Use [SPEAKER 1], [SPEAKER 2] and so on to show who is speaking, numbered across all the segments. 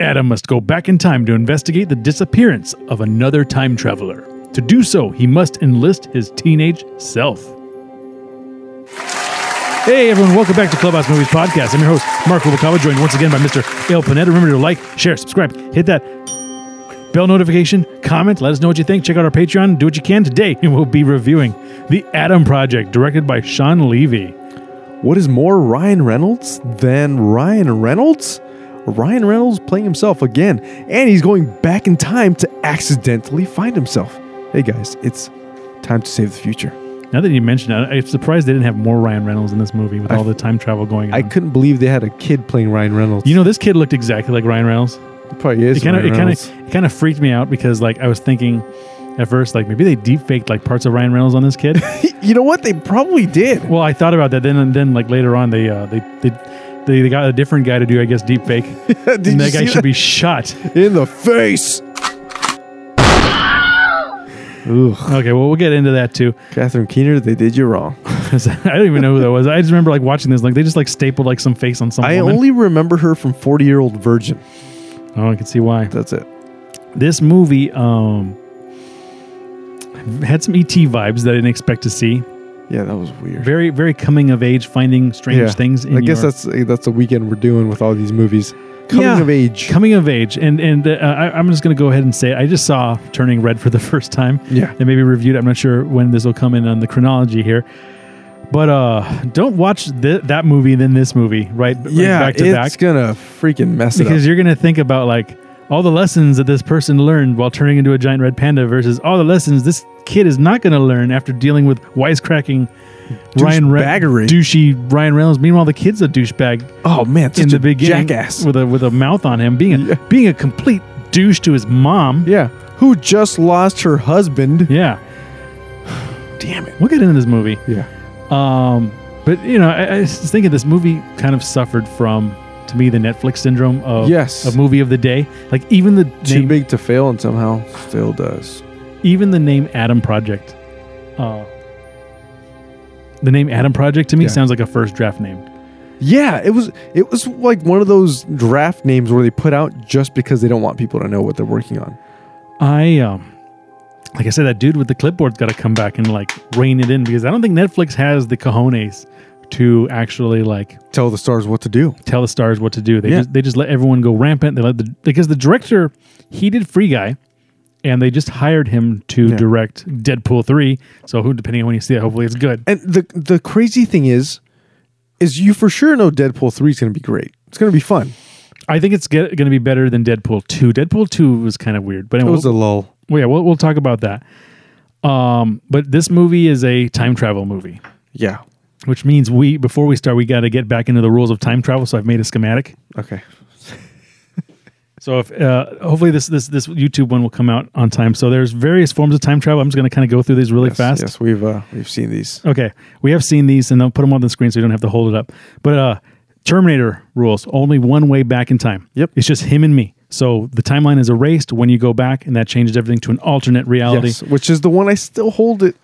[SPEAKER 1] Adam must go back in time to investigate the disappearance of another time traveler. To do so, he must enlist his teenage self. Hey everyone, welcome back to Clubhouse Movies Podcast. I'm your host, Mark Rubicava, joined once again by Mr. Ale Panetta. Remember to like, share, subscribe, hit that bell notification, comment, let us know what you think. Check out our Patreon, do what you can today, and we'll be reviewing The Adam Project, directed by Sean Levy.
[SPEAKER 2] What is more Ryan Reynolds than Ryan Reynolds? Ryan Reynolds playing himself again, and he's going back in time to accidentally find himself. Hey guys, it's time to save the future.
[SPEAKER 1] Now that you mention it, I'm surprised they didn't have more Ryan Reynolds in this movie with all the time travel going on.
[SPEAKER 2] I couldn't believe they had a kid playing Ryan Reynolds.
[SPEAKER 1] you know, this kid looked exactly like Ryan Reynolds.
[SPEAKER 2] it probably is.
[SPEAKER 1] it kind of
[SPEAKER 2] Ryan
[SPEAKER 1] it kind
[SPEAKER 2] Reynolds.
[SPEAKER 1] of it kind of freaked me out because like I was thinking at first like maybe they deep faked like parts of Ryan Reynolds on this kid.
[SPEAKER 2] You know what? They probably did.
[SPEAKER 1] well, I thought about that then and then like later on they uh, they they they, they got a different guy to do I guess deep fake.
[SPEAKER 2] Did
[SPEAKER 1] and
[SPEAKER 2] you
[SPEAKER 1] that guy
[SPEAKER 2] see
[SPEAKER 1] should be shot.
[SPEAKER 2] in the face. Ugh,
[SPEAKER 1] Okay, well we'll get into that too.
[SPEAKER 2] Catherine Keener, they did you wrong.
[SPEAKER 1] 'Cause I don't even know who that was. I just remember like watching this like they just like stapled like some face on some
[SPEAKER 2] I
[SPEAKER 1] woman.
[SPEAKER 2] only remember her from 40 Year Old Virgin.
[SPEAKER 1] oh, I can see why.
[SPEAKER 2] That's it.
[SPEAKER 1] this movie um had some ET vibes that I didn't expect to see.
[SPEAKER 2] Yeah, that was weird.
[SPEAKER 1] Very very coming of age finding strange things in
[SPEAKER 2] I guess
[SPEAKER 1] your-
[SPEAKER 2] that's eh, that's the weekend we're doing with all these movies. Coming
[SPEAKER 1] Yeah.
[SPEAKER 2] of age.
[SPEAKER 1] coming of age and and uh, I, i'm just going to go ahead and say it. i just saw turning red for the first time
[SPEAKER 2] Yeah.
[SPEAKER 1] and maybe reviewed it. i'm not sure when this will come in on the chronology here but uh don't watch th- that movie then this movie right Like,
[SPEAKER 2] yeah,
[SPEAKER 1] back to
[SPEAKER 2] it's
[SPEAKER 1] back
[SPEAKER 2] gonna freaking mess it
[SPEAKER 1] because
[SPEAKER 2] up.
[SPEAKER 1] you're going to think about like all the lessons that this person learned while turning into a giant red panda versus all the lessons this kid is not going to learn after dealing with wisecracking Ryan Re-
[SPEAKER 2] Douchebaggery.
[SPEAKER 1] douchey Ryan Reynolds. Meanwhile, the kid's a douchebag
[SPEAKER 2] Oh man, such
[SPEAKER 1] in
[SPEAKER 2] a
[SPEAKER 1] the beginning
[SPEAKER 2] jackass.
[SPEAKER 1] with a with a mouth on him, being a
[SPEAKER 2] Yeah.
[SPEAKER 1] being a complete douche to his mom.
[SPEAKER 2] yeah, who just lost her husband?
[SPEAKER 1] Yeah,
[SPEAKER 2] Damn it.
[SPEAKER 1] we'll get into this movie.
[SPEAKER 2] Yeah,
[SPEAKER 1] Um, but you know, I, I was thinking this movie kind of suffered from, to me, the Netflix syndrome of
[SPEAKER 2] Yes.
[SPEAKER 1] a movie of the day. Like even the
[SPEAKER 2] too
[SPEAKER 1] name,
[SPEAKER 2] big to fail, and somehow still does.
[SPEAKER 1] even the name Adam Project. Uh, the name Adam Project to me
[SPEAKER 2] Yeah.
[SPEAKER 1] sounds like a first draft name.
[SPEAKER 2] Yeah, it was it was like one of those draft names where they put out just because they don't want people to know what they're working on.
[SPEAKER 1] I um like I said, that dude with the clipboard's got to come back and like rein it in because I don't think Netflix has the cojones to actually like
[SPEAKER 2] Tell the stars what to do.
[SPEAKER 1] tell the stars what to do. They
[SPEAKER 2] Yeah.
[SPEAKER 1] just they just let everyone go rampant. They let the because the director he did Free Guy, and they just hired him to
[SPEAKER 2] Yeah.
[SPEAKER 1] direct Deadpool three. So who, depending on when you see it, hopefully it's good.
[SPEAKER 2] And the the crazy thing is, is you for sure know Deadpool three is going to be great. It's going to be fun.
[SPEAKER 1] I think it's going to be better than Deadpool two. Deadpool two was kind of weird, but
[SPEAKER 2] It
[SPEAKER 1] anyway,
[SPEAKER 2] was a lull.
[SPEAKER 1] well, yeah, we'll, we'll talk about that. Um, but this movie is a time travel movie.
[SPEAKER 2] Yeah.
[SPEAKER 1] which means we before we start we got to get back into the rules of time travel so i've made a schematic
[SPEAKER 2] Okay.
[SPEAKER 1] so if uh, hopefully this this this youtube one will come out on time so there's various forms of time travel i'm just going to kind of go through these really
[SPEAKER 2] Yes,
[SPEAKER 1] fast
[SPEAKER 2] Yes, we've uh, we've seen these.
[SPEAKER 1] okay we have seen these and i'll put them on the screen so you don't have to hold it up but uh terminator rules only one way back in time
[SPEAKER 2] Yep.
[SPEAKER 1] it's just him and me so the timeline is erased when you go back and that changes everything to an alternate reality
[SPEAKER 2] Yes, which is the one I still hold it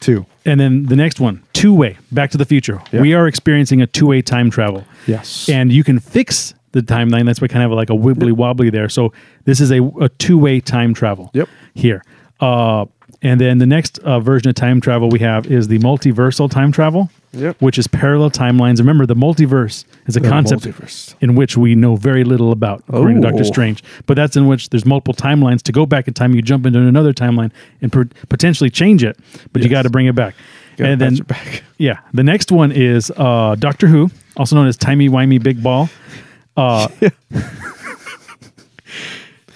[SPEAKER 2] to.
[SPEAKER 1] and then the next one two way back to the future
[SPEAKER 2] Yeah.
[SPEAKER 1] we are experiencing a two way time travel
[SPEAKER 2] Yes.
[SPEAKER 1] and you can fix the timeline. That's why kind of like a wibbly wobbly there. So this is a, a two way time travel.
[SPEAKER 2] Yep.
[SPEAKER 1] Here, uh, and then the next uh, version of time travel we have is the multiversal time travel.
[SPEAKER 2] Yep.
[SPEAKER 1] Which is parallel timelines. Remember, the multiverse is a concept
[SPEAKER 2] multiverse.
[SPEAKER 1] in which we know very little about, according to Doctor
[SPEAKER 2] Oh.
[SPEAKER 1] Strange. But that's in which there's multiple timelines. To go back in time, you jump into another timeline and per- potentially change it, but you
[SPEAKER 2] Yes.
[SPEAKER 1] got to bring it back.
[SPEAKER 2] Gotta
[SPEAKER 1] and then
[SPEAKER 2] patch it back.
[SPEAKER 1] yeah. The next one is uh, Doctor Who, also known as Timey Wimey Big Ball. Uh,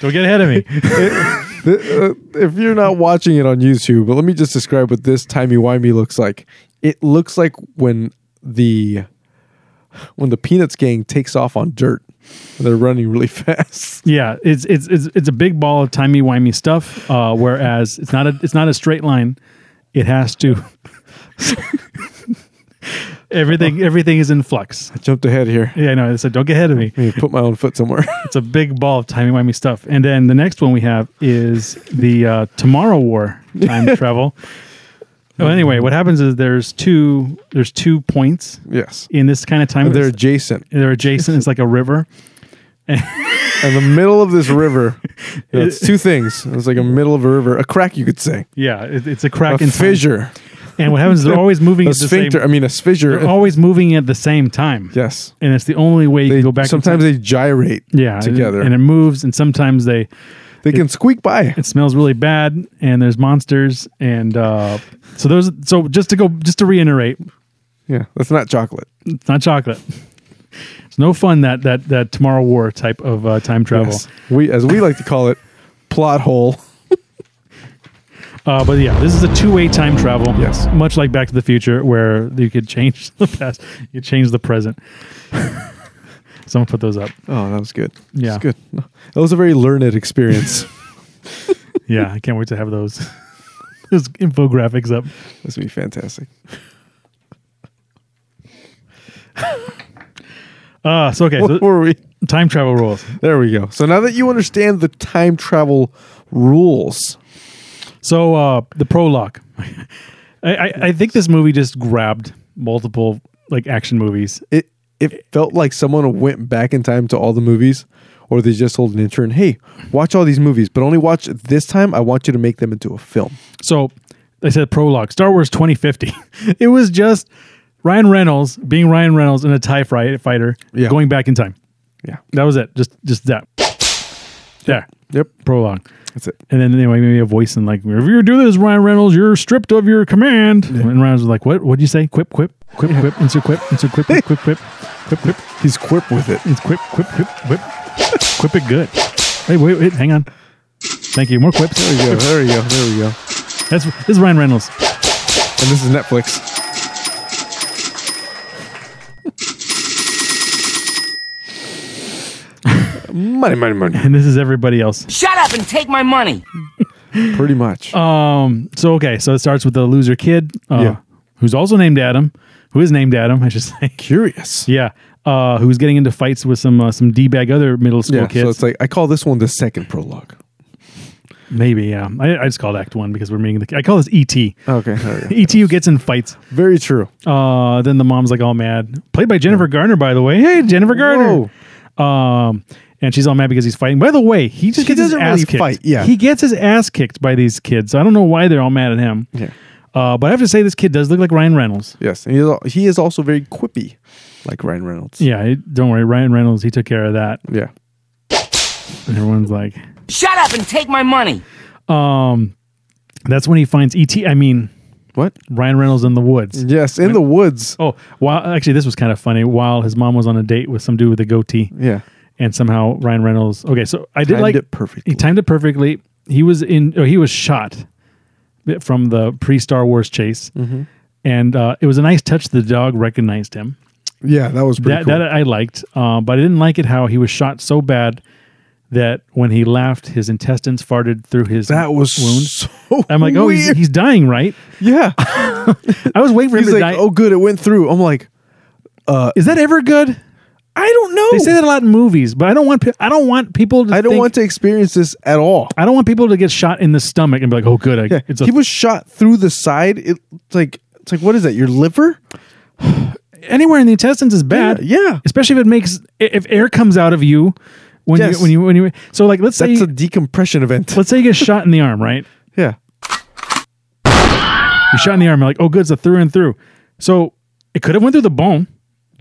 [SPEAKER 1] don't get ahead of me.
[SPEAKER 2] Uh, if you're not watching it on YouTube, but let me just describe what this timey wimey looks like. It looks like when the when the Peanuts gang takes off on dirt. They're running really fast.
[SPEAKER 1] Yeah, it's it's it's it's a big ball of timey wimey stuff. Uh, whereas it's not a it's not a straight line. It has to. everything everything is in flux.
[SPEAKER 2] I jumped ahead here.
[SPEAKER 1] Yeah, I know. So don't get ahead of me.
[SPEAKER 2] I need to put my own foot somewhere.
[SPEAKER 1] It's a big ball of timey wimey stuff. And then the next one we have is the uh, Tomorrow War time travel. Well, anyway, what happens is there's two there's two points
[SPEAKER 2] yes.
[SPEAKER 1] in this kind of time.
[SPEAKER 2] They're adjacent.
[SPEAKER 1] they're adjacent. It's like a river,
[SPEAKER 2] in the middle of this river. You know, it's two things. It's like a middle of a river, a crack, you could say,
[SPEAKER 1] Yeah, it, it's a
[SPEAKER 2] a
[SPEAKER 1] crack in time.
[SPEAKER 2] fissure,
[SPEAKER 1] And what happens is they're always moving
[SPEAKER 2] a
[SPEAKER 1] at the same
[SPEAKER 2] sphincter. I mean, a fissure.
[SPEAKER 1] They're always moving at the same time.
[SPEAKER 2] yes,
[SPEAKER 1] And it's the only way you
[SPEAKER 2] they
[SPEAKER 1] can go back. in
[SPEAKER 2] sometimes
[SPEAKER 1] time.
[SPEAKER 2] they gyrate.
[SPEAKER 1] yeah,
[SPEAKER 2] together.
[SPEAKER 1] And it moves and sometimes they
[SPEAKER 2] They can squeak by.
[SPEAKER 1] it smells really bad and there's monsters and uh so those so just to go just to reiterate,
[SPEAKER 2] Yeah, that's not chocolate.
[SPEAKER 1] it's not chocolate. It's no fun that that that tomorrow war type of uh, time travel.
[SPEAKER 2] Yes. We, as we like to call it, plot hole.
[SPEAKER 1] Uh, but yeah, this is a two-way time travel.
[SPEAKER 2] Yes.
[SPEAKER 1] much like Back to the Future, where you could change the past, you change the present. Someone put those up.
[SPEAKER 2] Oh, that was good. That's
[SPEAKER 1] Yeah.
[SPEAKER 2] good. No, That was a very learned experience.
[SPEAKER 1] Yeah, I can't wait to have those those infographics up.
[SPEAKER 2] this would be fantastic.
[SPEAKER 1] Uh, so okay,
[SPEAKER 2] What
[SPEAKER 1] so
[SPEAKER 2] were we?
[SPEAKER 1] time travel rules.
[SPEAKER 2] There we go. So now that you understand the time travel rules,
[SPEAKER 1] So uh, the prologue. I, I, I think this movie just grabbed multiple like action movies.
[SPEAKER 2] it it felt like someone went back in time to all the movies, or they just told an intern, "Hey, watch all these movies, but only watch this time. I want you to make them into a film."
[SPEAKER 1] So they said prologue Star Wars 2050. it was just Ryan Reynolds being Ryan Reynolds in a Tie fri- Fighter
[SPEAKER 2] Yeah.
[SPEAKER 1] going back in time.
[SPEAKER 2] Yeah.
[SPEAKER 1] That was it. Just just that. There.
[SPEAKER 2] Yep.
[SPEAKER 1] Prologue.
[SPEAKER 2] That's it.
[SPEAKER 1] And then anyway, maybe a voice in like, if you do this, Ryan Reynolds, you're stripped of your command. And Ryan was like, what? What'd you say? Quip, quip, quip, quip, insert quip, insert quip, quip, quip, quip, quip, quip,
[SPEAKER 2] He's quip with it.
[SPEAKER 1] it's quip, quip, quip, quip, quip it good. Hey, wait, wait, hang on. Thank you. More quips.
[SPEAKER 2] There we go. There we go. There we go.
[SPEAKER 1] That's this is Ryan Reynolds.
[SPEAKER 2] And this is Netflix. money, money, money.
[SPEAKER 1] And this is everybody else.
[SPEAKER 3] Shut up and take my money.
[SPEAKER 2] Pretty much.
[SPEAKER 1] Um. So okay. So it starts with the loser kid, uh,
[SPEAKER 2] Yeah.
[SPEAKER 1] who's also named Adam, who is named Adam, I should say.
[SPEAKER 2] Curious.
[SPEAKER 1] Yeah. Uh, who's getting into fights with some uh, some d bag other middle school
[SPEAKER 2] Yeah,
[SPEAKER 1] kids?
[SPEAKER 2] so it's like I call this one the second prologue.
[SPEAKER 1] Maybe. Yeah. I, I just called Act One because we're meeting the. I call this E ET.
[SPEAKER 2] Okay, there we go.
[SPEAKER 1] ET who gets in fights.
[SPEAKER 2] very true.
[SPEAKER 1] Uh, then the mom's like all mad. Played by Jennifer Garner, by the way. Hey, Jennifer Garner. Um, and she's all mad because he's fighting. By the way, he just
[SPEAKER 2] He
[SPEAKER 1] gets his
[SPEAKER 2] doesn't
[SPEAKER 1] ass
[SPEAKER 2] really
[SPEAKER 1] kicked.
[SPEAKER 2] fight, yeah.
[SPEAKER 1] He gets his ass kicked by these kids. I don't know why they're all mad at him.
[SPEAKER 2] Yeah.
[SPEAKER 1] Uh, but I have to say this kid does look like Ryan Reynolds.
[SPEAKER 2] Yes, and he is, al- he is also very quippy, like Ryan Reynolds.
[SPEAKER 1] Yeah, it, don't worry, Ryan Reynolds. He took care of that.
[SPEAKER 2] Yeah.
[SPEAKER 1] And everyone's like,
[SPEAKER 3] Shut up and take my money.
[SPEAKER 1] um, that's when he finds ET. I mean,
[SPEAKER 2] What?
[SPEAKER 1] Ryan Reynolds in the woods.
[SPEAKER 2] Yes, in the woods.
[SPEAKER 1] Oh, while actually, this was kind of funny. While his mom was on a date with some dude with a goatee,
[SPEAKER 2] Yeah.
[SPEAKER 1] and somehow Ryan Reynolds. Okay, so I did
[SPEAKER 2] Timed
[SPEAKER 1] like
[SPEAKER 2] it perfectly.
[SPEAKER 1] He timed it perfectly. He was in. Oh, he was shot from the pre Star Wars chase,
[SPEAKER 2] Mm-hmm.
[SPEAKER 1] and uh, it was a nice touch. The dog recognized him.
[SPEAKER 2] Yeah, that was pretty
[SPEAKER 1] that, that I liked, uh, but I didn't like it how he was shot so bad that when he laughed, his intestines farted through his.
[SPEAKER 2] That was
[SPEAKER 1] wound.
[SPEAKER 2] so
[SPEAKER 1] I'm like, oh, he's,
[SPEAKER 2] weird.
[SPEAKER 1] he's dying, right?
[SPEAKER 2] yeah.
[SPEAKER 1] I was waiting for him
[SPEAKER 2] He's
[SPEAKER 1] to
[SPEAKER 2] like,
[SPEAKER 1] die.
[SPEAKER 2] oh, good, it went through. I'm like,
[SPEAKER 1] Is that ever good?
[SPEAKER 2] I don't know.
[SPEAKER 1] They say that a lot in movies, but I don't want. pe- I don't want people to.
[SPEAKER 2] I don't
[SPEAKER 1] think-
[SPEAKER 2] want to experience this at all.
[SPEAKER 1] I don't want people to get shot in the stomach and be like, oh, good. I,
[SPEAKER 2] Yeah,
[SPEAKER 1] It's a,
[SPEAKER 2] he was shot through the side. It, it's like it's like what is that? Your liver?
[SPEAKER 1] anywhere in the intestines is bad.
[SPEAKER 2] Yeah, yeah.
[SPEAKER 1] Especially if it makes i- if air comes out of you when
[SPEAKER 2] Yes.
[SPEAKER 1] you when you when you. So like, let's
[SPEAKER 2] That's
[SPEAKER 1] say
[SPEAKER 2] a decompression event.
[SPEAKER 1] let's say you get shot in the arm, right?
[SPEAKER 2] Yeah,
[SPEAKER 1] You're shot in the arm. You're like, oh, good. It's a through and through. So it could have went through the bone.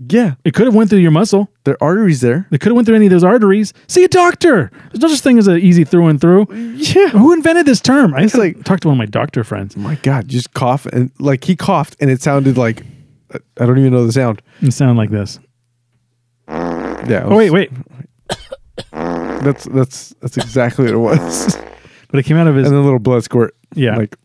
[SPEAKER 2] yeah.
[SPEAKER 1] It could have went through your muscle.
[SPEAKER 2] There are arteries there.
[SPEAKER 1] It could have went through any of those arteries. See a doctor. There's no such thing as an easy through and through.
[SPEAKER 2] Yeah.
[SPEAKER 1] Who invented this term? I gotta
[SPEAKER 2] like-
[SPEAKER 1] talk to one of my doctor friends.
[SPEAKER 2] Oh My God, you just cough and like he coughed and it sounded like I I don't even know the sound.
[SPEAKER 1] It sound like this.
[SPEAKER 2] Yeah.
[SPEAKER 1] Oh wait, wait.
[SPEAKER 2] That's that's that's exactly what it was.
[SPEAKER 1] But it came out of his.
[SPEAKER 2] and then a little blood squirt.
[SPEAKER 1] Yeah.
[SPEAKER 2] Like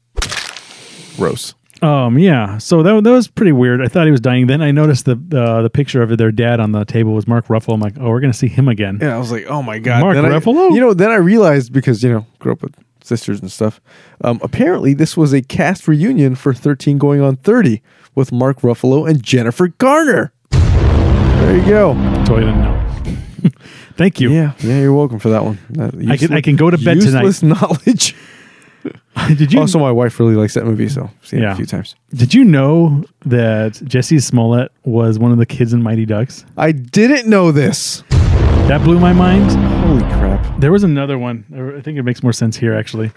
[SPEAKER 2] gross.
[SPEAKER 1] Um. Yeah. So that that was pretty weird. I thought he was dying. Then I noticed the uh, the picture of their dad on the table was Mark Ruffalo. I'm like, oh, we're gonna see him again.
[SPEAKER 2] Yeah, I was like, oh my god,
[SPEAKER 1] Mark
[SPEAKER 2] Then I-
[SPEAKER 1] Ruffalo?
[SPEAKER 2] you know, then I realized because you know, grew up with sisters and stuff. Um, apparently, this was a cast reunion for 13 going on 30 with Mark Ruffalo and Jennifer Garner. There you go.
[SPEAKER 1] Totally didn't know. Thank you.
[SPEAKER 2] Yeah, yeah, you're welcome for that one. That
[SPEAKER 1] I can- I can go to bed tonight.
[SPEAKER 2] useless knowledge.
[SPEAKER 1] did you
[SPEAKER 2] Also, my wife really likes that movie, so I've seen it
[SPEAKER 1] Yeah.
[SPEAKER 2] a few times.
[SPEAKER 1] did you know that Jesse Smollett was one of the kids in Mighty Ducks?
[SPEAKER 2] I didn't know this.
[SPEAKER 1] That blew my mind.
[SPEAKER 2] Holy crap!
[SPEAKER 1] There was another one. I- I think it makes more sense here, actually.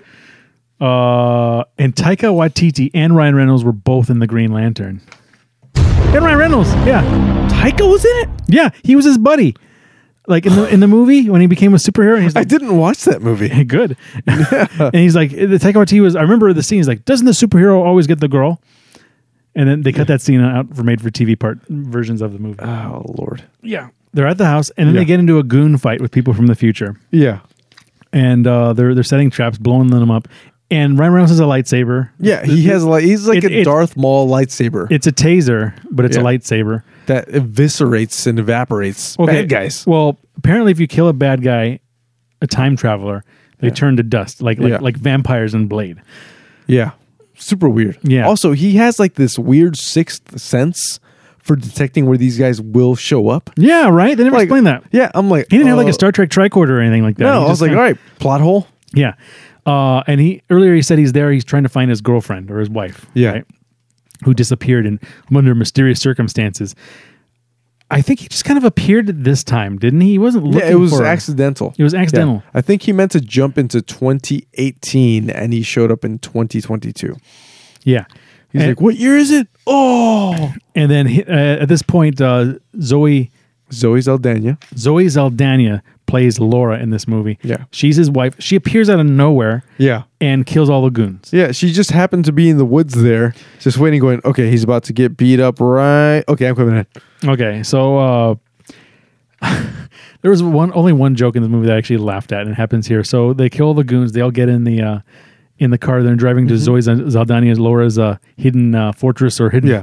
[SPEAKER 1] Uh, and Taika Waititi and Ryan Reynolds were both in the Green Lantern. And Ryan Reynolds, yeah,
[SPEAKER 4] Taika was in it.
[SPEAKER 1] yeah, he was his buddy. Like in the in the movie when he became a superhero, and he's
[SPEAKER 2] I
[SPEAKER 1] like,
[SPEAKER 2] didn't watch that movie.
[SPEAKER 1] good. and he's like, the Taika Waititi was. I remember the scene. He's like, doesn't the superhero always get the girl? And then they cut that scene out for made for TV part versions of the movie.
[SPEAKER 2] Oh Lord.
[SPEAKER 1] yeah, they're at the house, and then
[SPEAKER 2] Yeah.
[SPEAKER 1] they get into a goon fight with people from the future
[SPEAKER 2] Yeah.
[SPEAKER 1] and uh, they're they're setting traps, blowing them up. And Ryan Reynolds has a lightsaber.
[SPEAKER 2] Yeah, he has like he's like
[SPEAKER 1] It-
[SPEAKER 2] a
[SPEAKER 1] it-
[SPEAKER 2] Darth Maul lightsaber
[SPEAKER 1] It's a taser, but it's
[SPEAKER 2] Yeah.
[SPEAKER 1] a lightsaber.
[SPEAKER 2] that eviscerates and evaporates bad guys.
[SPEAKER 1] Well, apparently, if you kill a bad guy, a time traveler, they turn to dust, like like,
[SPEAKER 2] Yeah.
[SPEAKER 1] like vampires in Blade.
[SPEAKER 2] Yeah, super weird.
[SPEAKER 1] Yeah.
[SPEAKER 2] Also, he has like this weird sixth sense for detecting where these guys will show up.
[SPEAKER 1] Yeah, right. They never
[SPEAKER 2] Like-
[SPEAKER 1] explained that.
[SPEAKER 2] Yeah, I'm like
[SPEAKER 1] He didn't have like
[SPEAKER 2] uh,
[SPEAKER 1] a Star Trek tricorder or anything like that.
[SPEAKER 2] No,
[SPEAKER 1] He
[SPEAKER 2] I was
[SPEAKER 1] just
[SPEAKER 2] like,
[SPEAKER 1] kinda-
[SPEAKER 2] all right, plot hole.
[SPEAKER 1] Yeah. Uh, and he earlier he said he's there. He's trying to find his girlfriend or his wife.
[SPEAKER 2] Yeah.
[SPEAKER 1] Who disappeared and under mysterious circumstances. I think he just kind of appeared this time, didn't he? He wasn't looking.
[SPEAKER 2] Yeah, it was
[SPEAKER 1] for her.
[SPEAKER 2] accidental.
[SPEAKER 1] It was accidental.
[SPEAKER 2] I think he meant to jump into 2018 and he showed up in 2022.
[SPEAKER 1] Yeah.
[SPEAKER 2] He's
[SPEAKER 1] and,
[SPEAKER 2] like, what year is it? Oh,
[SPEAKER 1] and then he- uh, at this point, uh, Zoe
[SPEAKER 2] Zoe Saldana.
[SPEAKER 1] Zoe Zaldana plays Laura in this movie.
[SPEAKER 2] Yeah.
[SPEAKER 1] she's his wife. She appears out of nowhere
[SPEAKER 2] Yeah.
[SPEAKER 1] and kills all the goons.
[SPEAKER 2] Yeah, she just happened to be in the woods there, just waiting, going, okay, he's about to get beat up, right? Okay, I'm coming in.
[SPEAKER 1] Okay, so uh, there was one only one joke in the movie that I actually laughed at, and it happens here. So they kill all the goons. They all get in the uh, in the car. They're driving to
[SPEAKER 2] Mm-hmm.
[SPEAKER 1] Zoe Zaldana's Laura's uh, hidden uh, fortress or hidden
[SPEAKER 2] Yeah.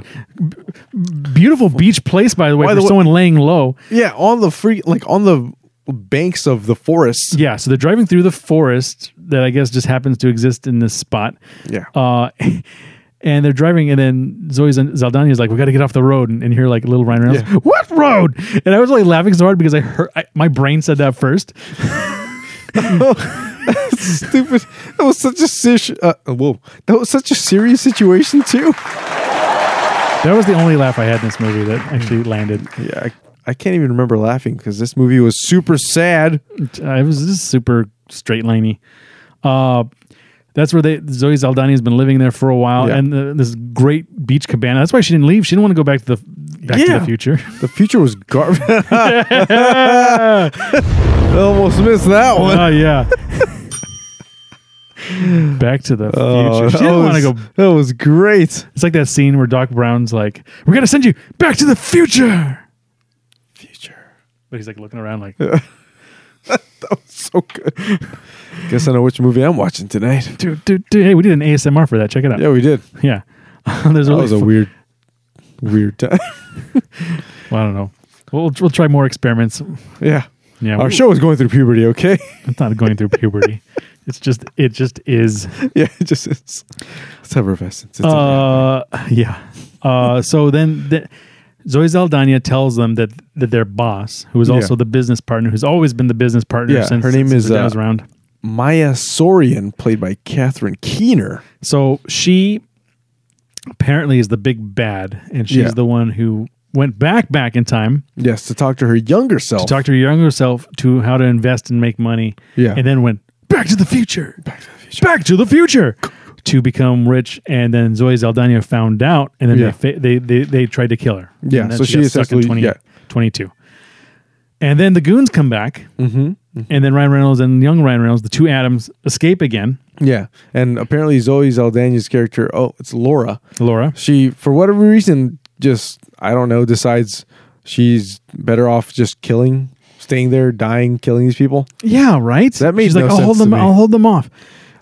[SPEAKER 1] beautiful beach place. By the way,
[SPEAKER 2] By
[SPEAKER 1] for
[SPEAKER 2] the way-
[SPEAKER 1] someone laying low.
[SPEAKER 2] Yeah, on the free, like on the banks of the forest.
[SPEAKER 1] Yeah, so they're driving through the forest that I guess just happens to exist in this spot.
[SPEAKER 2] Yeah.
[SPEAKER 1] Uh, and they're driving, and then Zoe Z- Zaldana is like, "We got to get off the road," and, and hear like little Ryan Reynolds,
[SPEAKER 2] Yeah.
[SPEAKER 1] "What road?" And I was like laughing so hard because I heard I, my brain said that first.
[SPEAKER 2] Stupid. That was such a sish. Uh, whoa. That was such a serious situation, too.
[SPEAKER 1] That was the only laugh I had in this movie that actually
[SPEAKER 2] Mm.
[SPEAKER 1] landed.
[SPEAKER 2] Yeah, I, I can't even remember laughing because this movie was super sad.
[SPEAKER 1] I was just super straight liney. Uh, that's where they Zoe Zaldani has been living there for a while,
[SPEAKER 2] Yeah.
[SPEAKER 1] and the, this great beach cabana. That's why she didn't leave. She didn't want to go back to the back to
[SPEAKER 2] Yeah.
[SPEAKER 1] the future.
[SPEAKER 2] The future was garbage. Almost missed that one.
[SPEAKER 1] Oh yeah. Back to the future. she
[SPEAKER 2] Oh, that
[SPEAKER 1] didn't want to
[SPEAKER 2] was-
[SPEAKER 1] go.
[SPEAKER 2] That was great.
[SPEAKER 1] It's like that scene where Doc Brown's like, "We're gonna send you back to the future,"
[SPEAKER 2] Future.
[SPEAKER 1] but he's like looking around like,
[SPEAKER 2] So good. Guess I know which movie I'm watching tonight.
[SPEAKER 1] "Dude, dude, dude, hey, we did an ASMR for that. Check it out."
[SPEAKER 2] Yeah, we did.
[SPEAKER 1] Yeah. There's
[SPEAKER 2] That
[SPEAKER 1] really
[SPEAKER 2] was a
[SPEAKER 1] fu-
[SPEAKER 2] weird, weird time.
[SPEAKER 1] well, I don't know. We'll we'll try more experiments.
[SPEAKER 2] yeah.
[SPEAKER 1] Yeah,
[SPEAKER 2] Our
[SPEAKER 1] we-
[SPEAKER 2] show is going through puberty, okay?
[SPEAKER 1] It's not going through puberty. It's just it just is.
[SPEAKER 2] yeah, it just it's, it's effervescence. It's
[SPEAKER 1] Uh, yeah. Uh, so then the, Zoe Zaldana tells them that that their boss, who is
[SPEAKER 2] Yeah.
[SPEAKER 1] also the business partner, who's always been the business partner
[SPEAKER 2] Yeah,
[SPEAKER 1] since
[SPEAKER 2] her name
[SPEAKER 1] since
[SPEAKER 2] is,
[SPEAKER 1] her dad
[SPEAKER 2] uh,
[SPEAKER 1] was around.
[SPEAKER 2] Maya Sorian, played by Catherine Keener.
[SPEAKER 1] So she apparently is the big bad, and she's
[SPEAKER 2] Yeah.
[SPEAKER 1] the one who went back back in time
[SPEAKER 2] Yes, to talk to her younger self.
[SPEAKER 1] to talk to her younger self to how to invest and make money.
[SPEAKER 2] Yeah.
[SPEAKER 1] and then went back to the future. Back to the future. Back to the future. To become rich, and then Zoe Zaldana found out, and then
[SPEAKER 2] Yeah.
[SPEAKER 1] they, fa- they they they tried to kill her.
[SPEAKER 2] Yeah,
[SPEAKER 1] And then
[SPEAKER 2] so she
[SPEAKER 1] got stuck in
[SPEAKER 2] essentially- yeah.
[SPEAKER 1] 22. And then the goons come back,
[SPEAKER 2] Mm-hmm,
[SPEAKER 1] and then Ryan Reynolds and young Ryan Reynolds, the two Adams, escape again.
[SPEAKER 2] Yeah, and apparently Zoe Saldana's character, oh, it's Laura.
[SPEAKER 1] Laura,
[SPEAKER 2] She, for whatever reason, just I don't know, decides she's better off just killing, staying there, dying, killing these people.
[SPEAKER 1] yeah, right.
[SPEAKER 2] That made
[SPEAKER 1] She's
[SPEAKER 2] no
[SPEAKER 1] like, I'll hold
[SPEAKER 2] sense to
[SPEAKER 1] them.
[SPEAKER 2] me."
[SPEAKER 1] I'll hold them off.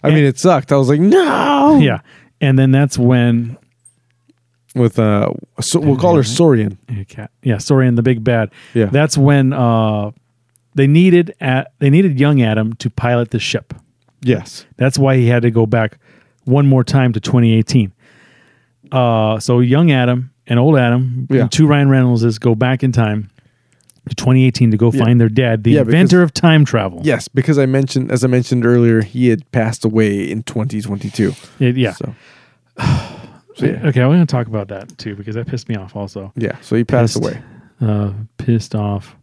[SPEAKER 2] I mean, it sucked. I was like, no.
[SPEAKER 1] Yeah, and then that's when
[SPEAKER 2] With uh, so, we'll call her Sorian.
[SPEAKER 1] Yeah, cat. Yeah, sorry, and the big bad.
[SPEAKER 2] Yeah.
[SPEAKER 1] that's when uh, they needed at they needed young Adam to pilot the ship.
[SPEAKER 2] Yes.
[SPEAKER 1] That's why he had to go back one more time to 2018. Uh, so young Adam and old Adam,
[SPEAKER 2] Yeah.
[SPEAKER 1] two Ryan Reynoldses, go back in time to 2018 to go find their dad, the
[SPEAKER 2] Yeah, because-
[SPEAKER 1] inventor of time travel.
[SPEAKER 2] Yes, because I mentioned, as I mentioned earlier, he had passed away in 2022.
[SPEAKER 1] It- yeah.
[SPEAKER 2] So, so yeah.
[SPEAKER 1] Okay, I want to talk about that too because that pissed me off. Also,
[SPEAKER 2] yeah. So he passed
[SPEAKER 1] Pissed.
[SPEAKER 2] away.
[SPEAKER 1] uh, pissed off.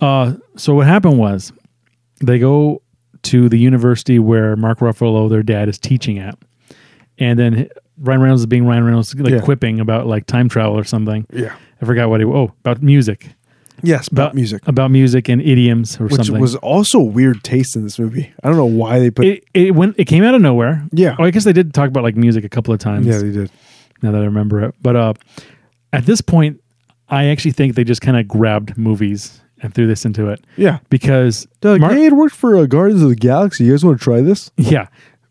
[SPEAKER 1] Uh, so what happened was they go to the university where Mark Ruffalo, their dad, is teaching at, and then Ryan Reynolds is being Ryan Reynolds, like
[SPEAKER 2] Yeah.
[SPEAKER 1] quipping about like time travel or something.
[SPEAKER 2] Yeah.
[SPEAKER 1] I forgot what he. Oh, about music.
[SPEAKER 2] Yes, about music,
[SPEAKER 1] About music and idioms or
[SPEAKER 2] which
[SPEAKER 1] something.
[SPEAKER 2] was also weird taste in this movie. I don't know why they put.
[SPEAKER 1] it, it went. It came out of nowhere.
[SPEAKER 2] Yeah.
[SPEAKER 1] Oh, I guess they did talk about like music a couple of times.
[SPEAKER 2] yeah, they did.
[SPEAKER 1] now that I remember it. But uh, at this point, I actually think they just kind of grabbed movies and threw this into it.
[SPEAKER 2] Yeah.
[SPEAKER 1] Because
[SPEAKER 2] They're like,
[SPEAKER 1] Mark-
[SPEAKER 2] hey, it worked for uh, Guardians of the Galaxy. You guys want to try this?
[SPEAKER 1] yeah,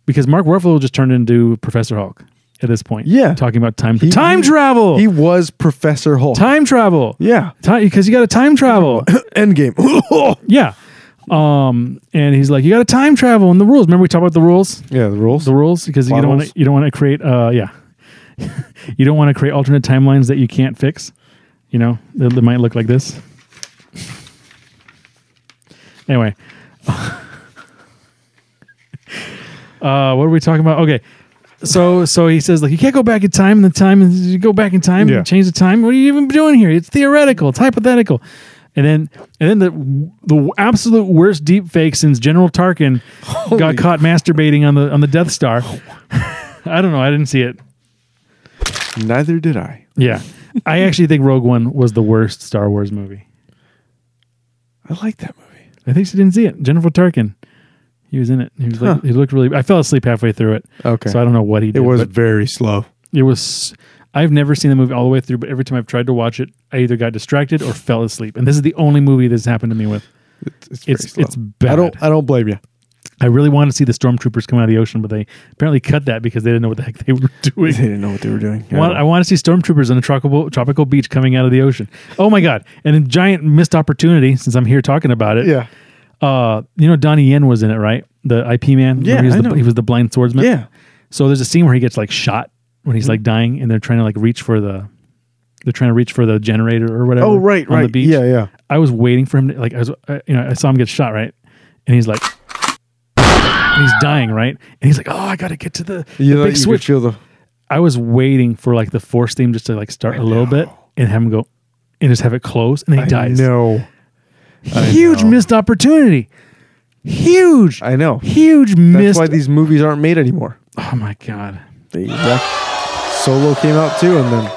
[SPEAKER 1] because Mark Ruffalo just turned into Professor Hulk at this point.
[SPEAKER 2] Yeah.
[SPEAKER 1] talking about time
[SPEAKER 2] He-
[SPEAKER 1] time
[SPEAKER 2] he-
[SPEAKER 1] travel.
[SPEAKER 2] He was Professor Hulk.
[SPEAKER 1] time travel.
[SPEAKER 2] Yeah.
[SPEAKER 1] Because you got to time travel.
[SPEAKER 2] Endgame.
[SPEAKER 1] yeah. Um, and he's like, you got to time travel and the rules. Remember we talked about the rules.
[SPEAKER 2] yeah, the rules.
[SPEAKER 1] the rules because you don't want
[SPEAKER 2] Bottles.
[SPEAKER 1] to you don't want to create uh yeah you don't want to create alternate timelines that you can't fix you know that, that might look like this anyway uh what are we talking about okay so so he says like you can't go back in time and the time is you go back in time
[SPEAKER 2] Yeah.
[SPEAKER 1] and change the time what are you even doing here it's theoretical it's hypothetical and then and then the the absolute worst deep fake since General Tarkin
[SPEAKER 2] Holy-
[SPEAKER 1] got caught masturbating on the on the Death Star. I don't know. I didn't see it.
[SPEAKER 2] Neither did I.
[SPEAKER 1] Yeah, I actually think Rogue One was the worst Star Wars movie.
[SPEAKER 2] I like that movie.
[SPEAKER 1] I think she didn't see it. Jennifer Tarkin, he was in it. He was like,
[SPEAKER 2] Huh.
[SPEAKER 1] he looked really. I fell asleep halfway through it.
[SPEAKER 2] Okay.
[SPEAKER 1] so I don't know what he did.
[SPEAKER 2] It was
[SPEAKER 1] but
[SPEAKER 2] very slow.
[SPEAKER 1] It was. I've never seen the movie all the way through, but every time I've tried to watch it, I either got distracted or fell asleep. And this is the only movie this happened to me with.
[SPEAKER 2] It's
[SPEAKER 1] It's-
[SPEAKER 2] very slow.
[SPEAKER 1] it's bad.
[SPEAKER 2] I don't. I don't blame you.
[SPEAKER 1] I really wanted to see the stormtroopers come out of the ocean, but they apparently cut that because they didn't know what the heck they were doing.
[SPEAKER 2] They didn't know what they were doing.
[SPEAKER 1] Want- I want to see stormtroopers on a tropical tropical beach coming out of the ocean. Oh my god! And a giant missed opportunity since I'm here talking about it.
[SPEAKER 2] yeah.
[SPEAKER 1] Uh, you know Donnie Yen was in it, right? The IP man. Remember
[SPEAKER 2] Yeah,
[SPEAKER 1] he was,
[SPEAKER 2] I
[SPEAKER 1] the,
[SPEAKER 2] know.
[SPEAKER 1] he was the blind swordsman.
[SPEAKER 2] Yeah. Mm-hmm.
[SPEAKER 1] So there's a scene where he gets like shot when he's like dying, and they're trying to like reach for the, they're trying to reach for the generator or whatever.
[SPEAKER 2] Oh right,
[SPEAKER 1] on
[SPEAKER 2] right.
[SPEAKER 1] the beach.
[SPEAKER 2] Yeah, yeah.
[SPEAKER 1] I was waiting for him to like I was I, you know I saw him get shot right, and he's like, and he's dying right, and he's like, oh I got to get to the, the
[SPEAKER 2] You, know, you
[SPEAKER 1] big
[SPEAKER 2] could
[SPEAKER 1] switch.
[SPEAKER 2] feel the.
[SPEAKER 1] I was waiting for like the force theme just to like start a little bit and have him go and just have it close and then he dies.
[SPEAKER 2] No,
[SPEAKER 1] Huge missed opportunity. Huge.
[SPEAKER 2] I know.
[SPEAKER 1] Huge
[SPEAKER 2] That's
[SPEAKER 1] missed.
[SPEAKER 2] why these movies aren't made anymore.
[SPEAKER 1] oh my god.
[SPEAKER 2] They left- Solo came out too, and then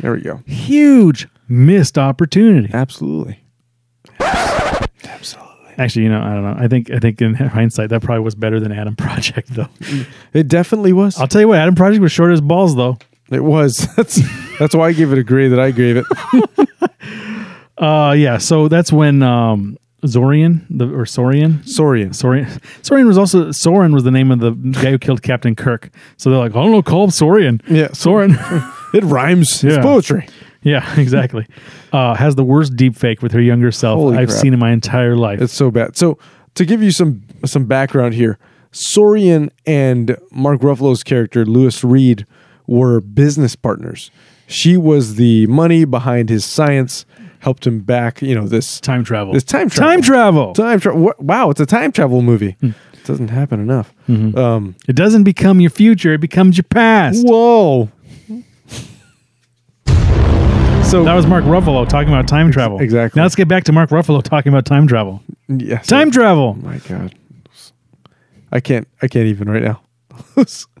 [SPEAKER 2] there we go.
[SPEAKER 1] Huge missed opportunity.
[SPEAKER 2] Absolutely. Absolutely.
[SPEAKER 1] Actually, you know, I don't know. I think I think in hindsight that probably was better than Adam Project though.
[SPEAKER 2] It definitely was.
[SPEAKER 1] I'll tell you what, Adam Project was short as balls though.
[SPEAKER 2] it was. That's that's why I gave it a grade that I gave it.
[SPEAKER 1] Uh yeah, so that's when um Zorian the or Saurian
[SPEAKER 2] Saurian.
[SPEAKER 1] Soren Soren was also Soren was the name of the guy who killed Captain Kirk. So they're like, I don't know, call him Soren.
[SPEAKER 2] Yeah.
[SPEAKER 1] Soren.
[SPEAKER 2] It rhymes.
[SPEAKER 1] Yeah.
[SPEAKER 2] It's poetry.
[SPEAKER 1] yeah, exactly. Uh, has the worst deep fake with her younger self
[SPEAKER 2] Holy
[SPEAKER 1] I've
[SPEAKER 2] crap.
[SPEAKER 1] seen in my entire life.
[SPEAKER 2] It's so bad. So to give you some some background here, Sorian and Mark Ruffalo's character Lewis Reed were business partners. She was the money behind his science, helped him back. You know this
[SPEAKER 1] time travel.
[SPEAKER 2] This time travel.
[SPEAKER 1] Time travel. Hmm.
[SPEAKER 2] Time travel. Wow, it's a time travel movie. Doesn't happen enough.
[SPEAKER 1] Mm-hmm.
[SPEAKER 2] Um,
[SPEAKER 1] it doesn't become your future, it becomes your past.
[SPEAKER 2] whoa. So
[SPEAKER 1] That was Mark Ruffalo talking about time travel.
[SPEAKER 2] exactly.
[SPEAKER 1] Now let's get back to Mark Ruffalo talking about time travel.
[SPEAKER 2] yes, oh
[SPEAKER 1] Time travel.
[SPEAKER 2] My God, I can't. I can't even right now.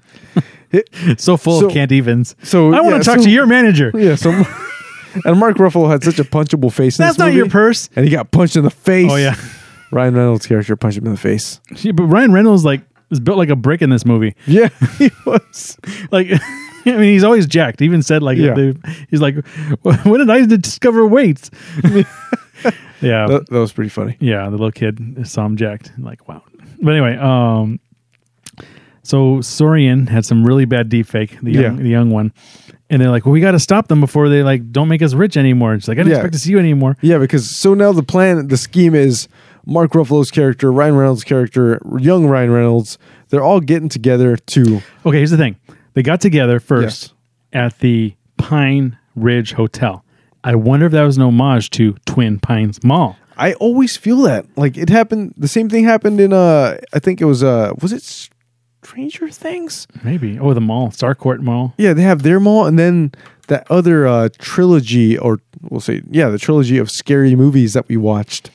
[SPEAKER 1] It's so full
[SPEAKER 2] So-
[SPEAKER 1] of can't evens.
[SPEAKER 2] so,
[SPEAKER 1] I want to
[SPEAKER 2] yeah,
[SPEAKER 1] talk
[SPEAKER 2] so-
[SPEAKER 1] to your manager.
[SPEAKER 2] Yeah, so and Mark Ruffalo had such a punchable face. In
[SPEAKER 1] That's
[SPEAKER 2] this
[SPEAKER 1] not
[SPEAKER 2] movie,
[SPEAKER 1] your purse.
[SPEAKER 2] and he got punched in the face.
[SPEAKER 1] Oh yeah.
[SPEAKER 2] Ryan Reynolds' character punched him in the face.
[SPEAKER 1] Gee, but Ryan Reynolds like is built like a brick in this movie.
[SPEAKER 2] Yeah, he was.
[SPEAKER 1] Like, I mean, he's always jacked. He even said, like,
[SPEAKER 2] Yeah.
[SPEAKER 1] they- he's like, when did I discover weights? yeah.
[SPEAKER 2] That, that was pretty funny.
[SPEAKER 1] yeah. The little kid saw him jacked. Like, wow. But anyway, um, so Sorian had some really bad deep fake, the young,
[SPEAKER 2] Yeah.
[SPEAKER 1] the young one. And they're like, well, we got to stop them before they like don't make us rich anymore. And she's like, I didn't
[SPEAKER 2] Yeah.
[SPEAKER 1] expect to see you anymore.
[SPEAKER 2] Yeah, because so now the plan, the scheme is Mark Ruffalo's character, Ryan Reynolds' character, young Ryan Reynolds. They're all getting together to
[SPEAKER 1] Okay, here's the thing. They got together first
[SPEAKER 2] Yes.
[SPEAKER 1] at the Pine Ridge Hotel. I wonder if that was an homage to Twin Pines Mall.
[SPEAKER 2] I always feel that like it happened. The same thing happened in uh, I think it was uh, was it Stranger Things?
[SPEAKER 1] Maybe. Oh, the mall, Starcourt Mall.
[SPEAKER 2] Yeah, they have their mall, and then that other uh trilogy, or we'll say, yeah, the trilogy of scary movies that we watched.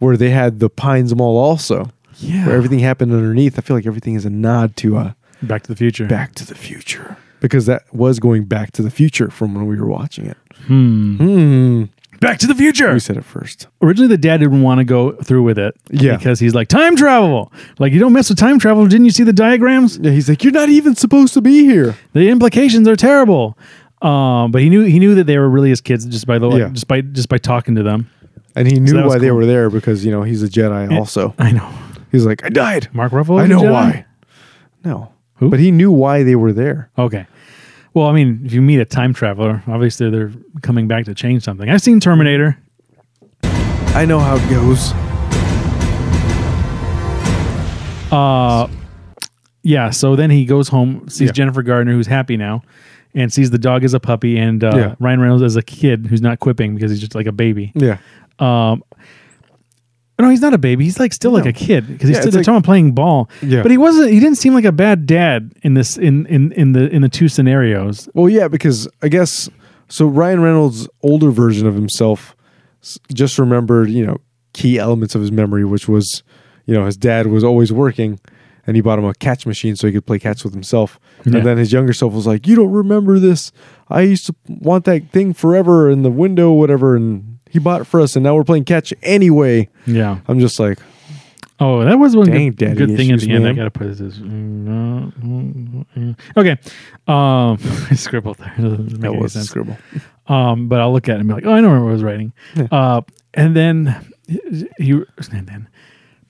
[SPEAKER 2] where they had the Pines Mall also.
[SPEAKER 1] Yeah.
[SPEAKER 2] Where everything happened underneath. I feel like everything is a nod to uh,
[SPEAKER 1] Back to the Future.
[SPEAKER 2] Back to the Future. Because that was going back to the future from when we were watching it.
[SPEAKER 1] Back to the Future.
[SPEAKER 2] Who said it first?
[SPEAKER 1] Originally, the dad didn't want to go through with it.
[SPEAKER 2] Yeah.
[SPEAKER 1] Because he's like, time travel. Like, you don't mess with time travel. Didn't you see the diagrams?
[SPEAKER 2] Yeah, he's like, You're not even supposed to be here.
[SPEAKER 1] The implications are terrible. Um, but he knew he knew that they were really his kids just by the
[SPEAKER 2] Yeah.
[SPEAKER 1] just by just by talking to them.
[SPEAKER 2] And he knew
[SPEAKER 1] that was
[SPEAKER 2] why they
[SPEAKER 1] cool.
[SPEAKER 2] were there because, you know, he's a Jedi also.
[SPEAKER 1] I know.
[SPEAKER 2] He's like, I died.
[SPEAKER 1] Mark Ruffalo.
[SPEAKER 2] I
[SPEAKER 1] is a
[SPEAKER 2] know
[SPEAKER 1] Jedi?
[SPEAKER 2] why. No.
[SPEAKER 1] Who?
[SPEAKER 2] But he knew why they were there.
[SPEAKER 1] Okay. Well, I mean, if you meet a time traveler, obviously they're coming back to change something. I've seen Terminator.
[SPEAKER 2] I know how it goes.
[SPEAKER 1] Yeah. So then he goes home, sees
[SPEAKER 2] Yeah.
[SPEAKER 1] Jennifer Gardner, who's happy now, and sees the dog as a puppy and uh,
[SPEAKER 2] Yeah.
[SPEAKER 1] Ryan Reynolds as a kid who's not quipping because he's just like a baby.
[SPEAKER 2] Yeah.
[SPEAKER 1] No, he's not a baby. He's like still like a kid because he's
[SPEAKER 2] Yeah,
[SPEAKER 1] still
[SPEAKER 2] it's
[SPEAKER 1] they're talking about
[SPEAKER 2] like-
[SPEAKER 1] playing ball.
[SPEAKER 2] Yeah.
[SPEAKER 1] But he wasn't. He didn't seem like a bad dad in this in in in the in the two scenarios.
[SPEAKER 2] Well, yeah, because I guess so. Ryan Reynolds' older version of himself s- just remembered, you know, key elements of his memory, which was, you know, his dad was always working, and he bought him a catch machine so he could play catch with himself.
[SPEAKER 1] Yeah.
[SPEAKER 2] And then his younger self was like, "You don't remember this? I used to want that thing forever in the window, whatever." And he bought it for us, and now we're playing catch anyway.
[SPEAKER 1] Yeah.
[SPEAKER 2] I'm just like,
[SPEAKER 1] Oh, that was one
[SPEAKER 2] Dang,
[SPEAKER 1] good,
[SPEAKER 2] daddy
[SPEAKER 1] good thing at
[SPEAKER 2] issues,
[SPEAKER 1] the end. I
[SPEAKER 2] man.
[SPEAKER 1] gotta put this. Okay. Um, I scribbled there. Doesn't make
[SPEAKER 2] that
[SPEAKER 1] any
[SPEAKER 2] was a
[SPEAKER 1] sense.
[SPEAKER 2] scribble.
[SPEAKER 1] um, but I'll look at it and be like, oh, I know what I was writing. Uh, and then he, and then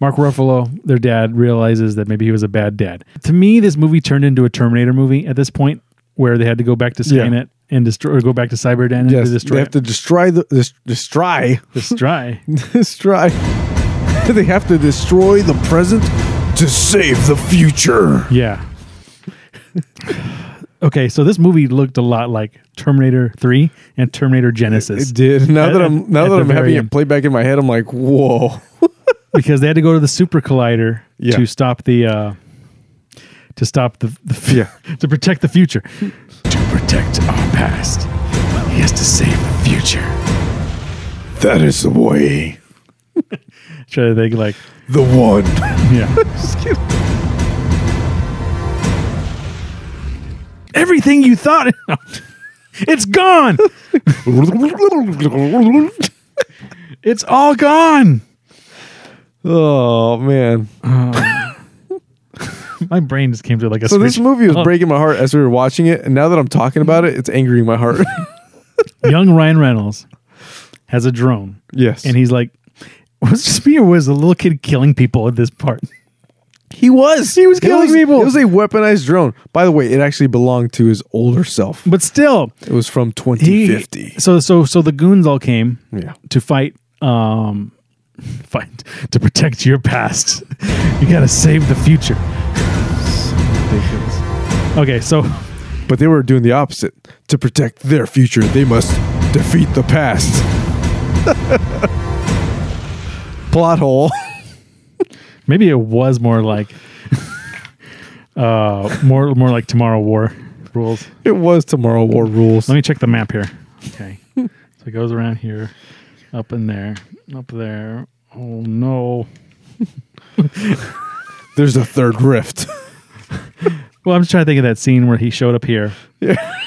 [SPEAKER 1] Mark Ruffalo, their dad, realizes that maybe he was a bad dad. To me, this movie turned into a Terminator movie at this point, where they had to go back to
[SPEAKER 2] Yeah.
[SPEAKER 1] Skynet and destroy, or go back to Cyberden and
[SPEAKER 2] Yes,
[SPEAKER 1] destroy.
[SPEAKER 2] they have to destroy the this, destroy
[SPEAKER 1] destroy.
[SPEAKER 2] destroy. they have to destroy the present to save the future.
[SPEAKER 1] yeah. okay, so this movie looked a lot like Terminator Three and Terminator Genesis.
[SPEAKER 2] It did. Now that I'm now
[SPEAKER 1] At
[SPEAKER 2] that
[SPEAKER 1] the
[SPEAKER 2] I'm
[SPEAKER 1] very
[SPEAKER 2] having
[SPEAKER 1] end.
[SPEAKER 2] it play back in my head, I'm like, whoa.
[SPEAKER 1] because they had to go to the super collider
[SPEAKER 2] Yeah.
[SPEAKER 1] to stop the uh, to stop the, the fu-
[SPEAKER 2] Yeah.
[SPEAKER 1] to protect the future to protect our past he has to save the future
[SPEAKER 2] That is the way.
[SPEAKER 1] so they like
[SPEAKER 2] The one.
[SPEAKER 1] yeah everything you thought it's gone it's all gone
[SPEAKER 2] oh man.
[SPEAKER 1] my brain just came to like a
[SPEAKER 2] So this
[SPEAKER 1] switch.
[SPEAKER 2] movie was breaking my heart as we were watching it, and now that I'm talking about it, it's angering my heart.
[SPEAKER 1] young Ryan Reynolds has a drone
[SPEAKER 2] yes.
[SPEAKER 1] and he's like, was it just me or was the little kid killing people at this part?
[SPEAKER 2] he was. He was
[SPEAKER 1] killing people.
[SPEAKER 2] It was a weaponized drone. By the way, it actually belonged to his older self.
[SPEAKER 1] But still,
[SPEAKER 2] It was from
[SPEAKER 1] he
[SPEAKER 2] 2050.
[SPEAKER 1] so so so the goons all came
[SPEAKER 2] Yeah.
[SPEAKER 1] to fight um fight to protect your past. you got to save the future.
[SPEAKER 2] Ridiculous.
[SPEAKER 1] Okay, so
[SPEAKER 2] But they were doing the opposite. To protect their future, they must defeat the past. Plot hole.
[SPEAKER 1] maybe it was more like uh more more like tomorrow war rules.
[SPEAKER 2] It was Tomorrow War rules.
[SPEAKER 1] Let me check the map here. Okay. so it goes around here, up in there, up there. Oh no.
[SPEAKER 2] There's a third rift.
[SPEAKER 1] Well, I'm just trying to think of that scene where he showed up here.
[SPEAKER 2] Yeah.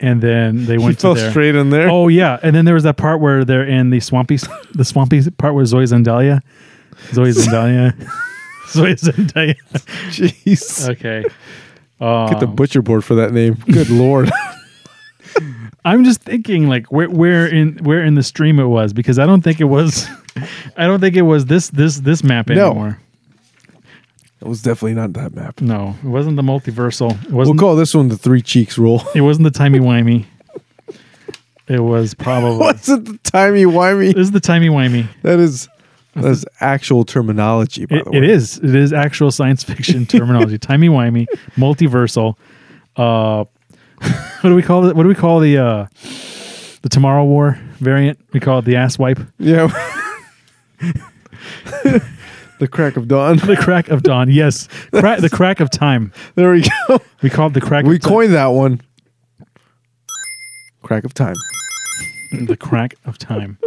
[SPEAKER 1] And then they went
[SPEAKER 2] he fell
[SPEAKER 1] to there.
[SPEAKER 2] straight in there.
[SPEAKER 1] Oh yeah, and then there was that part where they're in the swampy, the swampy part where Zoe Zendalia, Zoe Zendalia, Zoe Zendalia.
[SPEAKER 2] jeez.
[SPEAKER 1] Okay, uh,
[SPEAKER 2] Get the butcher board for that name. Good lord.
[SPEAKER 1] I'm just thinking like where where in where in the stream it was because I don't think it was, I don't think it was this this this map
[SPEAKER 2] No.
[SPEAKER 1] anymore.
[SPEAKER 2] It was definitely not that map.
[SPEAKER 1] No, it wasn't the multiversal. It
[SPEAKER 2] We'll
[SPEAKER 1] wasn't.
[SPEAKER 2] call this one the Three Cheeks Rule.
[SPEAKER 1] it wasn't the timey wimey. It was probably
[SPEAKER 2] What's it the timey wimey?
[SPEAKER 1] this is the timey wimey.
[SPEAKER 2] That is that is actual terminology, by
[SPEAKER 1] It,
[SPEAKER 2] the way.
[SPEAKER 1] it is. It is actual science fiction terminology. Timey wimey, multiversal. Uh, what do we call it? What do we call the uh, the Tomorrow War variant? We call it the ass wipe,
[SPEAKER 2] Yeah. the crack of dawn.
[SPEAKER 1] the crack of dawn. Yes, cra- the crack of time.
[SPEAKER 2] There we go.
[SPEAKER 1] We call it the crack.
[SPEAKER 2] We
[SPEAKER 1] of ti-
[SPEAKER 2] coined that one. Crack of time.
[SPEAKER 1] the crack of time.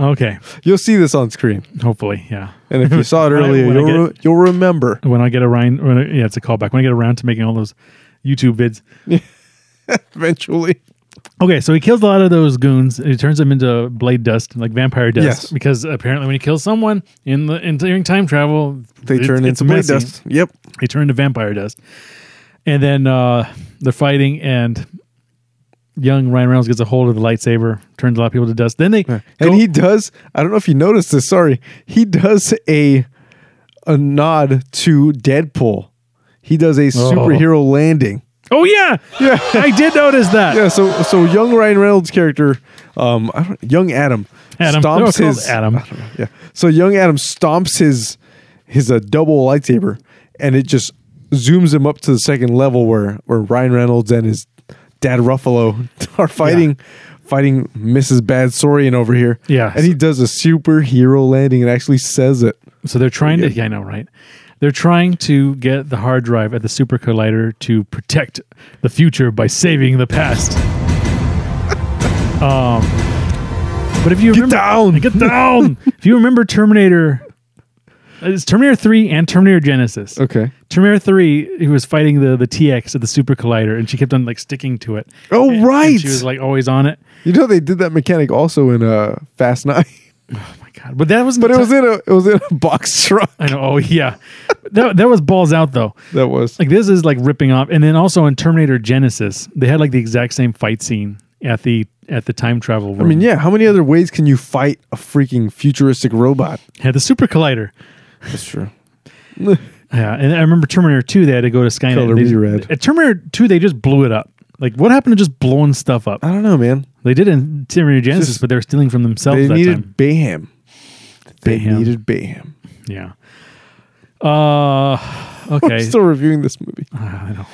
[SPEAKER 1] Okay.
[SPEAKER 2] You'll see this on screen,
[SPEAKER 1] Hopefully, yeah.
[SPEAKER 2] and if you saw it
[SPEAKER 1] When I-
[SPEAKER 2] earlier,
[SPEAKER 1] when I
[SPEAKER 2] you'll
[SPEAKER 1] get-
[SPEAKER 2] re- you'll remember.
[SPEAKER 1] when I get around, when I, yeah, it's a callback. When I get around to making all those YouTube vids.
[SPEAKER 2] Eventually,
[SPEAKER 1] Okay, so he kills a lot of those goons. And he turns them into blade dust, like vampire dust,
[SPEAKER 2] Yes.
[SPEAKER 1] because apparently when he kills someone in the in during time travel,
[SPEAKER 2] they
[SPEAKER 1] it's-
[SPEAKER 2] turn
[SPEAKER 1] it's
[SPEAKER 2] into blade
[SPEAKER 1] messy.
[SPEAKER 2] dust. Yep.
[SPEAKER 1] They turn into vampire dust, and then uh, they're fighting, and young Ryan Reynolds gets a hold of the lightsaber, turns a lot of people to dust. Then they go-
[SPEAKER 2] And he does. I don't know if you noticed this. Sorry, he does a a nod to Deadpool. He does a superhero landing.
[SPEAKER 1] oh yeah, yeah, I did notice that.
[SPEAKER 2] Yeah. So so young Ryan Reynolds character, um, I don't, young Adam,
[SPEAKER 1] Adam, No, it's
[SPEAKER 2] stomps
[SPEAKER 1] called
[SPEAKER 2] his
[SPEAKER 1] Adam.
[SPEAKER 2] yeah. So young Adam stomps his his uh, double lightsaber, and it just zooms him up to the second level where where Ryan Reynolds and his dad Ruffalo are fighting. Fighting Mrs. Bad Sorian over here.
[SPEAKER 1] Yeah.
[SPEAKER 2] And he does a superhero landing and actually says it.
[SPEAKER 1] So they're trying to. Yeah, I know, right? They're trying to get the hard drive at the super collider to protect the future by saving the past. um, but if you remember,
[SPEAKER 2] down!
[SPEAKER 1] get down. if you remember Terminator, it's Terminator Three and Terminator Genesis.
[SPEAKER 2] Okay.
[SPEAKER 1] Terminator Three, he was fighting the the TX at the super collider, and she kept on like sticking to it.
[SPEAKER 2] Oh,
[SPEAKER 1] And- and
[SPEAKER 2] right.
[SPEAKER 1] she was like always on it. Oh
[SPEAKER 2] You know they did that mechanic also in uh Fast Nine.
[SPEAKER 1] My God, but that wasn't.
[SPEAKER 2] But
[SPEAKER 1] the
[SPEAKER 2] it
[SPEAKER 1] ti-
[SPEAKER 2] was in a it was in a box truck.
[SPEAKER 1] I know. Oh yeah, that that was balls out though.
[SPEAKER 2] That was
[SPEAKER 1] like this is like ripping off and then also in terminator genesis they had like the exact same fight scene at the at the time travel room
[SPEAKER 2] I mean, yeah, how many other ways can you fight a freaking futuristic robot?
[SPEAKER 1] had the super collider
[SPEAKER 2] That's true.
[SPEAKER 1] yeah and i remember terminator 2 they had to go to skynet
[SPEAKER 2] Color
[SPEAKER 1] They-
[SPEAKER 2] reread.
[SPEAKER 1] at terminator 2 they just blew it up like what happened to just blowing stuff up
[SPEAKER 2] I don't know, man.
[SPEAKER 1] they did in terminator genesis
[SPEAKER 2] Uh, Just-
[SPEAKER 1] but they were stealing from themselves
[SPEAKER 2] They
[SPEAKER 1] that
[SPEAKER 2] needed
[SPEAKER 1] time
[SPEAKER 2] Bayham. They
[SPEAKER 1] Bayham.
[SPEAKER 2] needed Bayham.
[SPEAKER 1] yeah uh
[SPEAKER 2] I'm
[SPEAKER 1] okay
[SPEAKER 2] still reviewing this movie.
[SPEAKER 1] I know.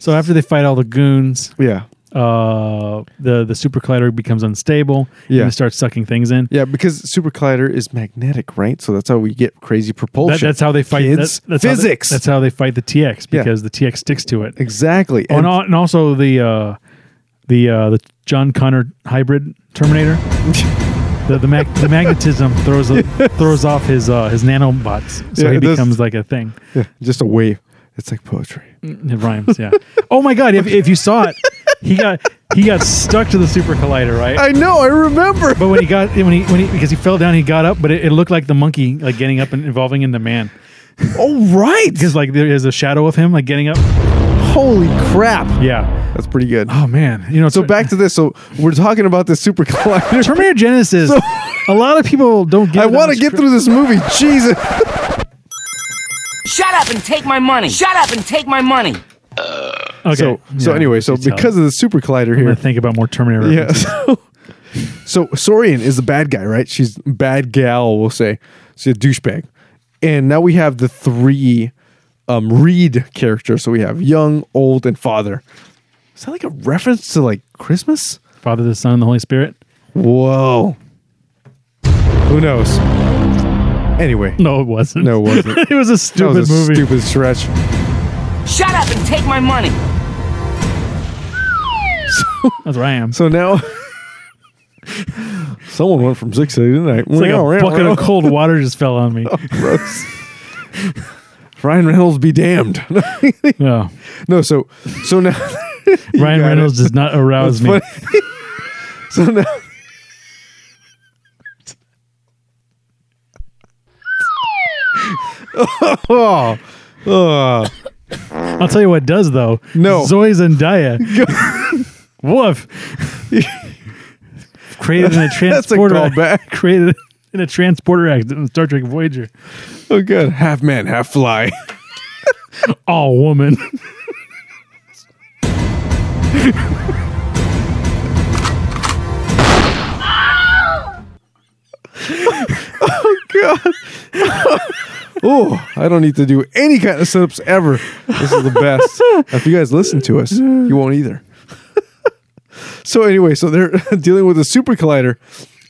[SPEAKER 1] so after they fight all the goons
[SPEAKER 2] Yeah.
[SPEAKER 1] uh the the super collider becomes unstable
[SPEAKER 2] Yeah.
[SPEAKER 1] and it starts sucking things in
[SPEAKER 2] Yeah, because Super Collider is magnetic, right? So that's how we get crazy propulsion.
[SPEAKER 1] That, that's how they fight.
[SPEAKER 2] Kids,
[SPEAKER 1] that- that's how they-
[SPEAKER 2] physics.
[SPEAKER 1] that's how they fight the TX
[SPEAKER 2] Yeah.
[SPEAKER 1] because the TX sticks to it.
[SPEAKER 2] exactly.
[SPEAKER 1] Oh,
[SPEAKER 2] And
[SPEAKER 1] and, al- and also the uh, the uh, the John Connor hybrid Terminator. the the, mag- the magnetism throws a, throws off his uh, his nanobots, so
[SPEAKER 2] Yeah,
[SPEAKER 1] he
[SPEAKER 2] it does.
[SPEAKER 1] becomes like a thing.
[SPEAKER 2] just a wave. It's like poetry.
[SPEAKER 1] It rhymes. Yeah. oh my God! If if you saw it, he got he got stuck to the super collider, right?
[SPEAKER 2] I know. I remember.
[SPEAKER 1] but when he got when he when he because he fell down, he got up, but it, it looked like the monkey like getting up and evolving into man.
[SPEAKER 2] Oh, right.
[SPEAKER 1] Because like there is a shadow of him like getting up.
[SPEAKER 2] Holy crap.
[SPEAKER 1] Yeah.
[SPEAKER 2] That's pretty good.
[SPEAKER 1] Oh man, you know.
[SPEAKER 2] So back to this. So we're talking about this Super Collider.
[SPEAKER 1] Terminator Genesis. a lot of people don't get.
[SPEAKER 2] I want to get through this movie. Jesus.
[SPEAKER 3] Shut up and take my money. Shut up and take my money.
[SPEAKER 1] Okay.
[SPEAKER 2] So so
[SPEAKER 1] Yeah,
[SPEAKER 2] anyway, so
[SPEAKER 1] you tell.
[SPEAKER 2] because of the Super Collider
[SPEAKER 1] I'm
[SPEAKER 2] here,
[SPEAKER 1] gonna think about more Terminator.
[SPEAKER 2] Yeah.
[SPEAKER 1] references.
[SPEAKER 2] So, so Sorian is the bad guy, right? She's bad gal, we'll say. She's a douchebag. And now we have the three um, Reed characters. So we have young, old, and father. Is that like a reference to like Christmas?
[SPEAKER 1] Father, the Son, and the Holy Spirit.
[SPEAKER 2] Whoa. Who knows? Anyway,
[SPEAKER 1] No, it wasn't.
[SPEAKER 2] no, it wasn't.
[SPEAKER 1] it was a
[SPEAKER 2] That
[SPEAKER 1] stupid
[SPEAKER 2] was a
[SPEAKER 1] movie.
[SPEAKER 2] stupid stretch.
[SPEAKER 3] Shut up and take my money.
[SPEAKER 1] That's where I am.
[SPEAKER 2] So now, someone went from six to eight, didn't I?
[SPEAKER 1] it's like a bucket of cold water just fell on me.
[SPEAKER 2] Oh, Gross. Ryan Reynolds be damned.
[SPEAKER 1] No,
[SPEAKER 2] no, so so now You
[SPEAKER 1] Ryan
[SPEAKER 2] got
[SPEAKER 1] Reynolds
[SPEAKER 2] it.
[SPEAKER 1] does not arouse
[SPEAKER 2] That's
[SPEAKER 1] me.
[SPEAKER 2] funny. so now oh, oh.
[SPEAKER 1] I'll tell you what does though.
[SPEAKER 2] No.
[SPEAKER 1] Zoe Zendaya. Woof. created in a
[SPEAKER 2] That's a
[SPEAKER 1] transporter.
[SPEAKER 2] callback.
[SPEAKER 1] Created in a transporter accident in Star Trek Voyager.
[SPEAKER 2] oh good. Half man, half fly.
[SPEAKER 1] All woman.
[SPEAKER 2] God. oh, I don't need to do any kind of sit-ups ever. This is the best. if you guys listen to us, you won't either. so anyway, so they're dealing with a super collider,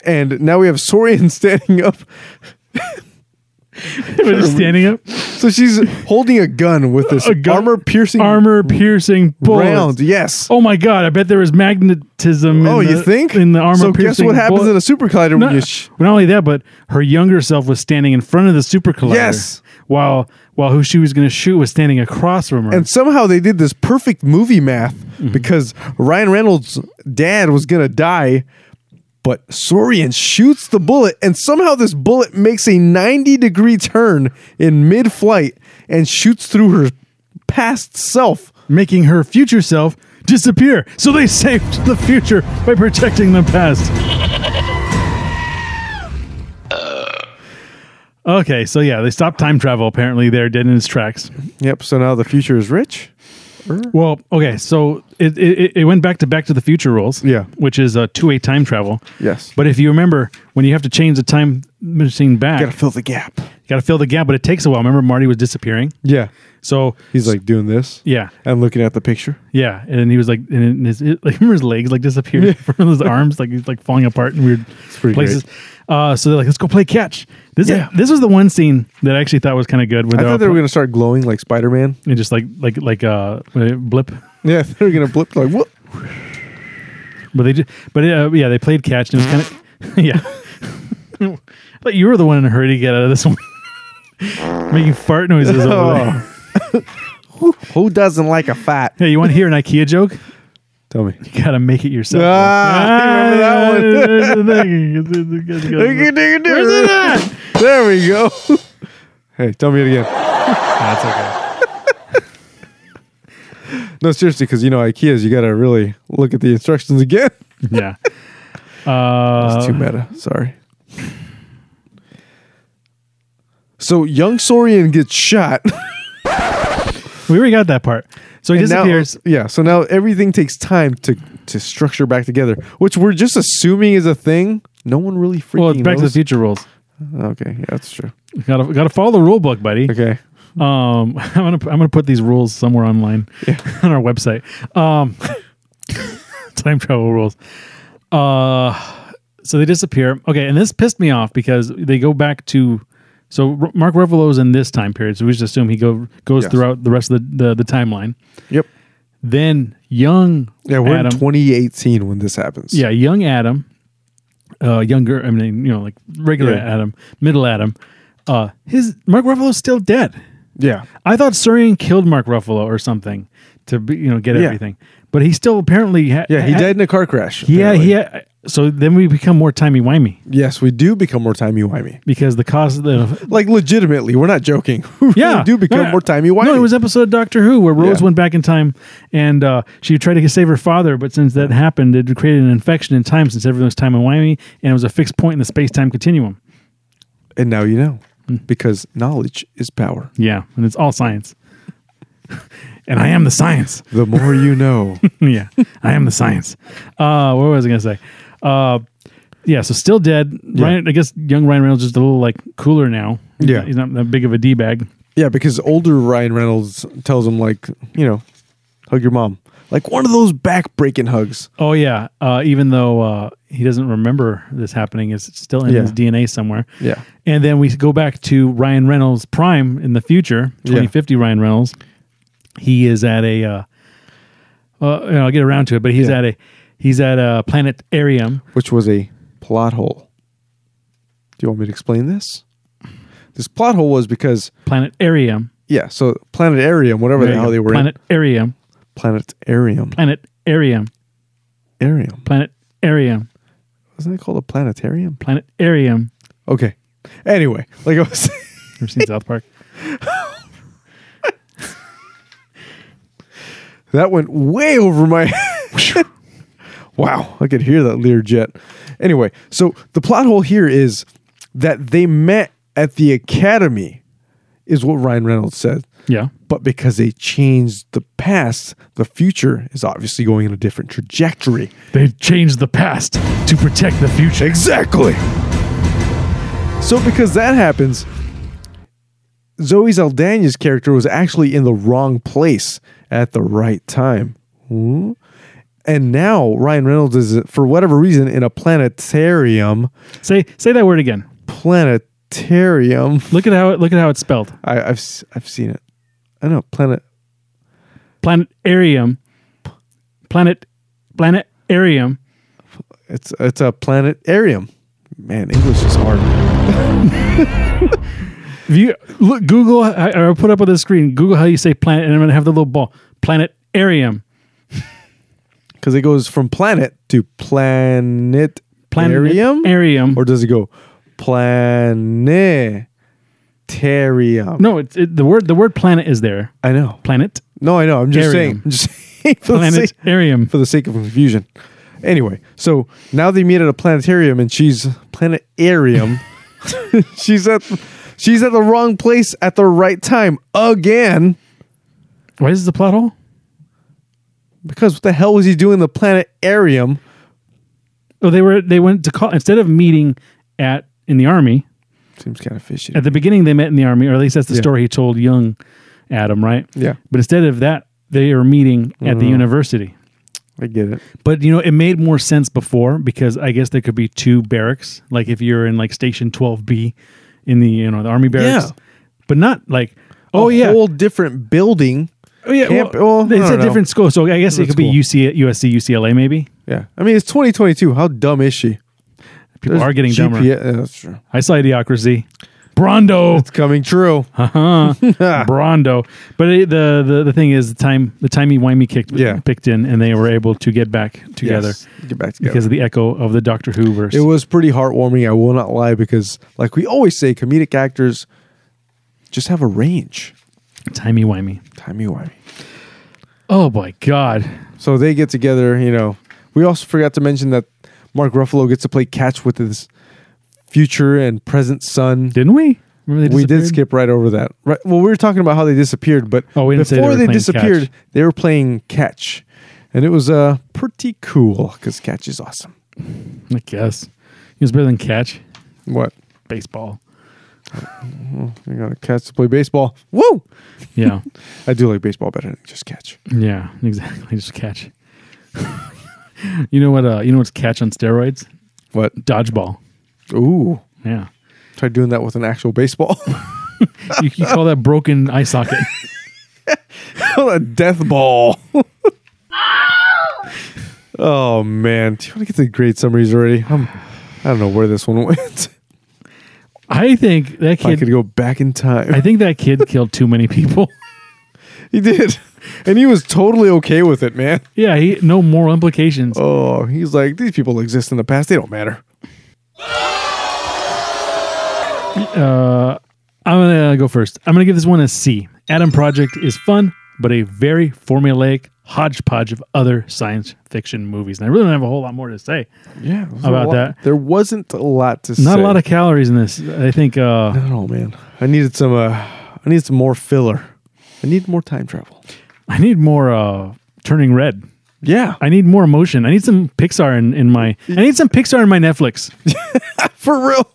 [SPEAKER 2] and now we have Sorian standing up.
[SPEAKER 1] Everybody's standing up.
[SPEAKER 2] So she's holding a gun with this
[SPEAKER 1] A gun-
[SPEAKER 2] armor piercing
[SPEAKER 1] Armor piercing
[SPEAKER 2] round.
[SPEAKER 1] bullets.
[SPEAKER 2] Yes.
[SPEAKER 1] Oh my god! I bet there is magnetism.
[SPEAKER 2] Oh,
[SPEAKER 1] in
[SPEAKER 2] you
[SPEAKER 1] the-
[SPEAKER 2] think?
[SPEAKER 1] in the armor?
[SPEAKER 2] So guess what happens in a
[SPEAKER 1] bullet.
[SPEAKER 2] super collider
[SPEAKER 1] No,
[SPEAKER 2] when you sh-
[SPEAKER 1] not only that, but her younger self was standing in front of the super collider.
[SPEAKER 2] Yes.
[SPEAKER 1] While while who she was going to shoot was standing across from her.
[SPEAKER 2] and somehow they did this perfect movie math because Ryan Reynolds' dad was gonna die, but Sorian shoots the bullet, and somehow this bullet makes a ninety degree turn in mid flight and shoots through her past self.
[SPEAKER 1] making her future self disappear. So they saved the future by protecting the past. Okay, so yeah, they stopped time travel apparently there, dead in its tracks.
[SPEAKER 2] Yep. So now the future is rich.
[SPEAKER 1] Well, okay, so it, it, it went back to Back to the Future rules,
[SPEAKER 2] Yeah.
[SPEAKER 1] which is a two way time travel.
[SPEAKER 2] Yes.
[SPEAKER 1] But if you remember, when you have to change the time machine back,
[SPEAKER 2] Gotta fill the gap.
[SPEAKER 1] you got to fill the gap, but it takes a while. Remember, Marty was disappearing,
[SPEAKER 2] Yeah.
[SPEAKER 1] so
[SPEAKER 2] He's like doing this.
[SPEAKER 1] yeah,
[SPEAKER 2] And looking at the picture.
[SPEAKER 1] Yeah, and then he was like, and his it, like, remember his legs like disappeared from his arms, like he's like falling apart in weird
[SPEAKER 2] pretty
[SPEAKER 1] places. Uh, so they're like, let's go play catch. This
[SPEAKER 2] Yeah.
[SPEAKER 1] is, this was the one scene that I actually thought was kind of good. Where
[SPEAKER 2] I
[SPEAKER 1] they're all
[SPEAKER 2] thought they were
[SPEAKER 1] pl-
[SPEAKER 2] gonna start glowing like Spider Man.
[SPEAKER 1] and just like like like uh blip,
[SPEAKER 2] Yeah, they were gonna blip like whoop.
[SPEAKER 1] but they just but uh, yeah they played catch and it was kind of yeah. I thought you were the one in a hurry to get out of this one, making fart noises over there.
[SPEAKER 2] Oh. Who doesn't like a fat?
[SPEAKER 1] Hey, you want to hear an IKEA joke?
[SPEAKER 2] Tell me.
[SPEAKER 1] You gotta make it yourself.
[SPEAKER 2] Ah, I remember
[SPEAKER 1] that Where's it at?
[SPEAKER 2] There we go. hey, tell me it again.
[SPEAKER 1] That's okay.
[SPEAKER 2] No, seriously, because you know IKEA's, you gotta really look at the instructions again.
[SPEAKER 1] yeah. Uh,
[SPEAKER 2] It's too meta. Sorry. So young Sorian gets shot.
[SPEAKER 1] we already got that part. So he
[SPEAKER 2] and now-
[SPEAKER 1] disappears.
[SPEAKER 2] yeah. So now everything takes time to to structure back together, which we're just assuming is a thing. No one really freaking
[SPEAKER 1] well, it's Back to the
[SPEAKER 2] knows.
[SPEAKER 1] Future rules.
[SPEAKER 2] Okay, yeah, that's true.
[SPEAKER 1] Got to got to follow the rule book, buddy.
[SPEAKER 2] Okay.
[SPEAKER 1] Um, I'm gonna I'm gonna put these rules somewhere online on our website. Um, time travel rules. Uh, so they disappear. Okay, and this pissed me off because they go back to. So R- Mark Ruffalo's in this time period, so we just assume he go, goes
[SPEAKER 2] Yes.
[SPEAKER 1] throughout the rest of the, the, the timeline.
[SPEAKER 2] Yep.
[SPEAKER 1] Then young
[SPEAKER 2] Yeah, we're
[SPEAKER 1] Adam,
[SPEAKER 2] in 2018 when this happens.
[SPEAKER 1] Yeah, young Adam, uh, younger. I mean, you know, like regular
[SPEAKER 2] Yeah.
[SPEAKER 1] Adam, middle Adam. Uh, his Mark Ruffalo's still dead.
[SPEAKER 2] Yeah.
[SPEAKER 1] I thought Surian killed Mark Ruffalo or something to be, you know get
[SPEAKER 2] Yeah.
[SPEAKER 1] everything, but he still apparently ha-
[SPEAKER 2] Yeah, he
[SPEAKER 1] ha-
[SPEAKER 2] died in a car crash.
[SPEAKER 1] Yeah,
[SPEAKER 2] apparently.
[SPEAKER 1] yeah. So then we become more timey wimey
[SPEAKER 2] Yes, we do become more timey wimey.
[SPEAKER 1] because the cost of the
[SPEAKER 2] Like legitimately, we're not joking. we
[SPEAKER 1] yeah
[SPEAKER 2] really do become
[SPEAKER 1] Yeah.
[SPEAKER 2] more timey wimey.
[SPEAKER 1] No, it was an episode of Doctor Who where Rose
[SPEAKER 2] Yeah.
[SPEAKER 1] went back in time and uh, she tried to save her father, but since that happened, it created an infection in time since everything was timey wimey and it was a fixed point in the space time continuum.
[SPEAKER 2] and now you know.
[SPEAKER 1] Hmm.
[SPEAKER 2] Because knowledge is power.
[SPEAKER 1] Yeah, and it's all science. and I am the science.
[SPEAKER 2] The more you know.
[SPEAKER 1] yeah, I am the science. Uh, what was I gonna say? Uh, yeah, so still dead. Ryan, I guess young Ryan Reynolds is just a little like cooler now.
[SPEAKER 2] Yeah.
[SPEAKER 1] he's not that big of a d bag.
[SPEAKER 2] yeah, because older Ryan Reynolds tells him like, you know, hug your mom. Like one of those back breaking hugs.
[SPEAKER 1] Oh yeah, uh, even though uh, he doesn't remember this happening, it's still in
[SPEAKER 2] Yeah.
[SPEAKER 1] his DNA somewhere.
[SPEAKER 2] Yeah.
[SPEAKER 1] and then we go back to Ryan Reynolds prime in the future,
[SPEAKER 2] Yeah.
[SPEAKER 1] twenty fifty. Ryan Reynolds, he is at a. Uh, uh, you know, I'll get around to it, but he's
[SPEAKER 2] Yeah.
[SPEAKER 1] at a he's at a planetarium.
[SPEAKER 2] which was a plot hole. Do you want me to explain this? This plot hole was because
[SPEAKER 1] Planetarium.
[SPEAKER 2] yeah, so planetarium, whatever the hell they were in,
[SPEAKER 1] planetarium.
[SPEAKER 2] planetarium,
[SPEAKER 1] planetarium,
[SPEAKER 2] planetarium.
[SPEAKER 1] planetarium,
[SPEAKER 2] Wasn't it called a planetarium?
[SPEAKER 1] planetarium.
[SPEAKER 2] Okay. Anyway, like I was,
[SPEAKER 1] Ever seen South Park?
[SPEAKER 2] that went way over my. head. wow, I could hear that Learjet. Anyway, so the plot hole here is that they met at the academy, is what Ryan Reynolds said.
[SPEAKER 1] Yeah.
[SPEAKER 2] But because they changed the past, the future is obviously going in a different trajectory.
[SPEAKER 1] They changed the past to protect the future.
[SPEAKER 2] Exactly. So because that happens, Zoe Saldana's character was actually in the wrong place at the right time. Hmm? And now Ryan Reynolds is, for whatever reason, in a planetarium.
[SPEAKER 1] Say say that word again.
[SPEAKER 2] Planet planetarium.
[SPEAKER 1] Look at how it, look at how it's spelled.
[SPEAKER 2] I, I've s- I've seen it. I know planet.
[SPEAKER 1] Planetarium. Planet planetarium.
[SPEAKER 2] It's it's a planetarium. Man, English is hard.
[SPEAKER 1] If you look Google, I, I'll put up on the screen. Google how you say planet, and I'm gonna have the little ball. Planetarium.
[SPEAKER 2] because it goes from planet to planet planetarium,
[SPEAKER 1] Planetarium.
[SPEAKER 2] or does it go planetarium?
[SPEAKER 1] no, it's it, the word. The word planet is there.
[SPEAKER 2] I know.
[SPEAKER 1] Planet.
[SPEAKER 2] No, I know. I'm just saying.
[SPEAKER 1] Arium.
[SPEAKER 2] I'm just saying for, the sake,
[SPEAKER 1] Planetarium.
[SPEAKER 2] for the sake of confusion. Anyway, so now they meet at a planetarium, and she's planetarium. she's at she's at the wrong place at the right time again.
[SPEAKER 1] Why is this a plot hole?
[SPEAKER 2] Because what the hell was he doing in the planetarium?
[SPEAKER 1] Oh, they were they went to call instead of meeting at in the army.
[SPEAKER 2] Seems kind of fishy.
[SPEAKER 1] At the beginning, they met in the army, or at least that's the
[SPEAKER 2] Yeah.
[SPEAKER 1] story he told young Adam, right?
[SPEAKER 2] Yeah.
[SPEAKER 1] But instead of that, they are meeting at the university.
[SPEAKER 2] I get it.
[SPEAKER 1] But you know, it made more sense before because I guess there could be two barracks. Like if you're in like Station 12B in the you know the army barracks,
[SPEAKER 2] Yeah.
[SPEAKER 1] but not like oh
[SPEAKER 2] a
[SPEAKER 1] yeah,
[SPEAKER 2] whole different building.
[SPEAKER 1] oh yeah,
[SPEAKER 2] camp-
[SPEAKER 1] well,
[SPEAKER 2] well, I
[SPEAKER 1] it's a
[SPEAKER 2] don't know.
[SPEAKER 1] different school. So I guess it
[SPEAKER 2] That's
[SPEAKER 1] could
[SPEAKER 2] cool.
[SPEAKER 1] be UC, USC, UCLA, maybe.
[SPEAKER 2] Yeah, I mean it's 2022. How dumb is she?
[SPEAKER 1] People are getting dumber. Oh.
[SPEAKER 2] GPS Yeah, that's true.
[SPEAKER 1] I saw Idiocracy. Brondo.
[SPEAKER 2] It's coming true. Ah.
[SPEAKER 1] Brondo. But it, the, the the thing is the time the timey wimey kicked
[SPEAKER 2] Yeah.
[SPEAKER 1] picked in and they were able to get back together
[SPEAKER 2] Yes. Get back together.
[SPEAKER 1] because of the echo of the Doctor Who verse.
[SPEAKER 2] it was pretty heartwarming. I will not lie because, like we always say, comedic actors just have a range.
[SPEAKER 1] timey wimey.
[SPEAKER 2] Timey wimey.
[SPEAKER 1] Oh my god.
[SPEAKER 2] So they get together. You know, we also forgot to mention that Mark Ruffalo gets to play catch with his future and present son.
[SPEAKER 1] Didn't we? Remember they
[SPEAKER 2] we did
[SPEAKER 1] disappeared?
[SPEAKER 2] skip right over that. Right. Well, we were talking about how they disappeared, but
[SPEAKER 1] Oh, we didn't say they
[SPEAKER 2] before
[SPEAKER 1] were
[SPEAKER 2] they,
[SPEAKER 1] playing
[SPEAKER 2] disappeared,
[SPEAKER 1] catch.
[SPEAKER 2] they were playing catch, and it was uh pretty cool because catch is awesome.
[SPEAKER 1] I guess. He was better than catch.
[SPEAKER 2] What
[SPEAKER 1] Baseball.
[SPEAKER 2] you got a catch to play baseball? Woo!
[SPEAKER 1] Yeah.
[SPEAKER 2] I do like baseball better than just catch.
[SPEAKER 1] yeah, exactly. Just catch. you know what uh you know what's catch on steroids?
[SPEAKER 2] What?
[SPEAKER 1] Dodgeball.
[SPEAKER 2] Ooh!
[SPEAKER 1] Yeah.
[SPEAKER 2] Try doing that with an actual baseball.
[SPEAKER 1] You, you call that broken eye socket.
[SPEAKER 2] a death ball. oh man! Do you want to get to grade summaries already? I'm, I don't know where this one went. if
[SPEAKER 1] I think that
[SPEAKER 2] I
[SPEAKER 1] kid
[SPEAKER 2] could go back in time.
[SPEAKER 1] I think that kid killed too many people.
[SPEAKER 2] He did. And he was totally okay with it, man.
[SPEAKER 1] Yeah, he no moral implications.
[SPEAKER 2] Oh, he's like, these people exist in the past. They don't matter.
[SPEAKER 1] I'm gonna uh, go first. I'm gonna give this one a C. Adam Project is fun, but a very formulaic hodgepodge of other science fiction movies. And I really don't have a whole lot more to say.
[SPEAKER 2] Yeah.
[SPEAKER 1] About that.
[SPEAKER 2] There wasn't a lot to say.
[SPEAKER 1] Not a lot of calories in this. I think uh,
[SPEAKER 2] Oh, man. I needed some, uh, I needed some more filler. I need more time travel.
[SPEAKER 1] I need more uh, turning red.
[SPEAKER 2] Yeah.
[SPEAKER 1] I need more emotion. I need some Pixar in, in my. I need some Pixar in my Netflix.
[SPEAKER 2] For real.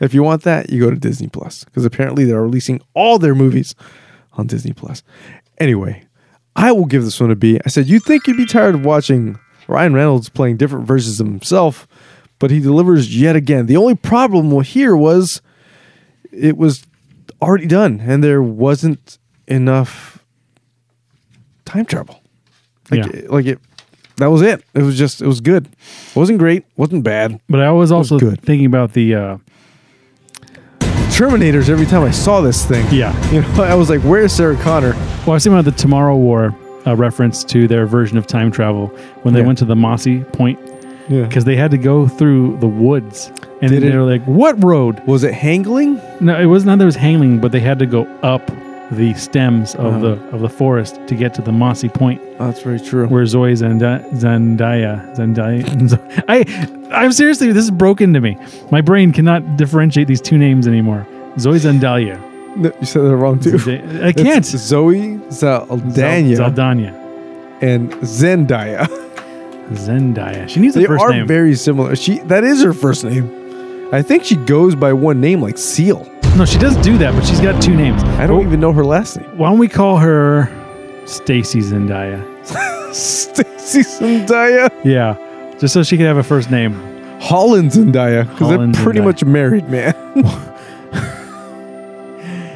[SPEAKER 2] If you want that, you go to Disney Plus because apparently they're releasing all their movies on Disney Plus. Anyway, I will give this one a B. I said, you think you'd be tired of watching Ryan Reynolds playing different versions of himself, but he delivers yet again. The only problem wa- here was it was already done and there wasn't enough time travel. Like,
[SPEAKER 1] Yeah.
[SPEAKER 2] it- like it, that was it. It was just, it was good. wasn't great, wasn't bad.
[SPEAKER 1] But I was also
[SPEAKER 2] good.
[SPEAKER 1] thinking about the. Uh,
[SPEAKER 2] Terminators every time I saw this thing.
[SPEAKER 1] Yeah.
[SPEAKER 2] You know, I was like, where's Sarah Connor?
[SPEAKER 1] Well, I was thinking about the Tomorrow War uh, reference to their version of time travel when they
[SPEAKER 2] Yeah.
[SPEAKER 1] went to the mossy point
[SPEAKER 2] Yeah.
[SPEAKER 1] because they had to go through the woods and
[SPEAKER 2] Did
[SPEAKER 1] they
[SPEAKER 2] it-
[SPEAKER 1] were like, "What road?"
[SPEAKER 2] Was it Hangling?
[SPEAKER 1] No, it wasn't that there was hanging, but they had to go up the stems of
[SPEAKER 2] Uh-huh.
[SPEAKER 1] the of the forest to get to the mossy point
[SPEAKER 2] Oh, that's very true.
[SPEAKER 1] where Zoe Zenda- Zendaya Zendaya. Z- I I'm seriously, this is broken to me. My brain cannot differentiate these two names anymore. Zoe Zendaya.
[SPEAKER 2] No, you said that wrong too.
[SPEAKER 1] Zenda- I can't.
[SPEAKER 2] It's Zoe Zaldana
[SPEAKER 1] Zaldania.
[SPEAKER 2] and Zendaya.
[SPEAKER 1] Zendaya. She needs a
[SPEAKER 2] They
[SPEAKER 1] first
[SPEAKER 2] are
[SPEAKER 1] name.
[SPEAKER 2] very similar. She that is her first name. I think she goes by one name like Seal.
[SPEAKER 1] No, she does do that, but she's got two names.
[SPEAKER 2] I don't even know her last name.
[SPEAKER 1] Why don't we call her Stacy Zendaya?
[SPEAKER 2] Stacy Zendaya.
[SPEAKER 1] Yeah, just so she could have a first name.
[SPEAKER 2] Holland Zendaya. Because
[SPEAKER 1] Holland
[SPEAKER 2] they're pretty
[SPEAKER 1] Zendaya.
[SPEAKER 2] much married, man.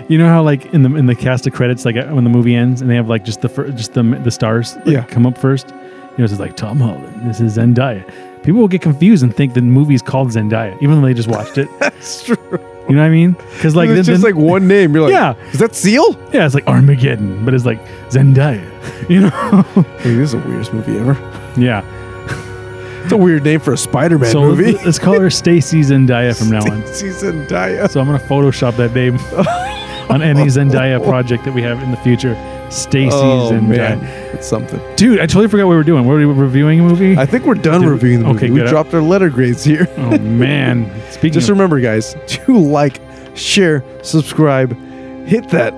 [SPEAKER 1] You know how like in the in the cast of credits, like uh, when the movie ends, and they have like just the fir- just the the stars like,
[SPEAKER 2] Yeah.
[SPEAKER 1] come up first. You know, it's just like Tom Holland. This is Zendaya. People will get confused and think the movie's called Zendaya, even though they just watched it.
[SPEAKER 2] That's true.
[SPEAKER 1] You know what I mean? Because like
[SPEAKER 2] Like it's
[SPEAKER 1] then-
[SPEAKER 2] just
[SPEAKER 1] then-
[SPEAKER 2] like one name. You're like,
[SPEAKER 1] Yeah.
[SPEAKER 2] is that Seal?
[SPEAKER 1] yeah, it's like Armageddon, but it's like Zendaya. You know?
[SPEAKER 2] Hey, this is the weirdest movie ever.
[SPEAKER 1] yeah.
[SPEAKER 2] It's a weird name for a Spider-Man
[SPEAKER 1] so
[SPEAKER 2] movie.
[SPEAKER 1] let's- let's call her Stacy Zendaya from now on.
[SPEAKER 2] Stacey Zendaya.
[SPEAKER 1] So I'm gonna Photoshop that name on any Zendaya project that we have in the future. Stacy
[SPEAKER 2] Oh
[SPEAKER 1] Zendaya.
[SPEAKER 2] man, it's something.
[SPEAKER 1] Dude, I totally forgot what we were doing. Were we reviewing a movie?
[SPEAKER 2] I think we're done
[SPEAKER 1] Dude,
[SPEAKER 2] reviewing the movie.
[SPEAKER 1] okay,
[SPEAKER 2] we
[SPEAKER 1] good.
[SPEAKER 2] dropped our letter grades here.
[SPEAKER 1] oh man. Speaking
[SPEAKER 2] Just
[SPEAKER 1] of,
[SPEAKER 2] remember, guys, to like, share, subscribe, hit that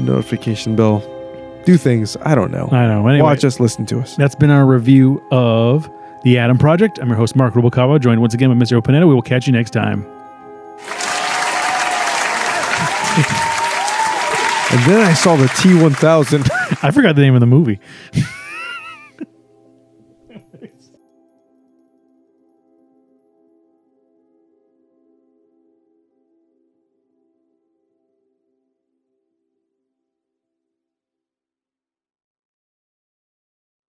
[SPEAKER 2] notification bell, do things. I don't know.
[SPEAKER 1] I know. Anyway,
[SPEAKER 2] Watch us, listen to us.
[SPEAKER 1] that's been our review of The Atom Project. I'm your host, Mark Rubalcaba, joined once again by Mr. Opanetta. We will catch you next time.
[SPEAKER 2] And then I saw the T1000.
[SPEAKER 1] I forgot the name of the movie.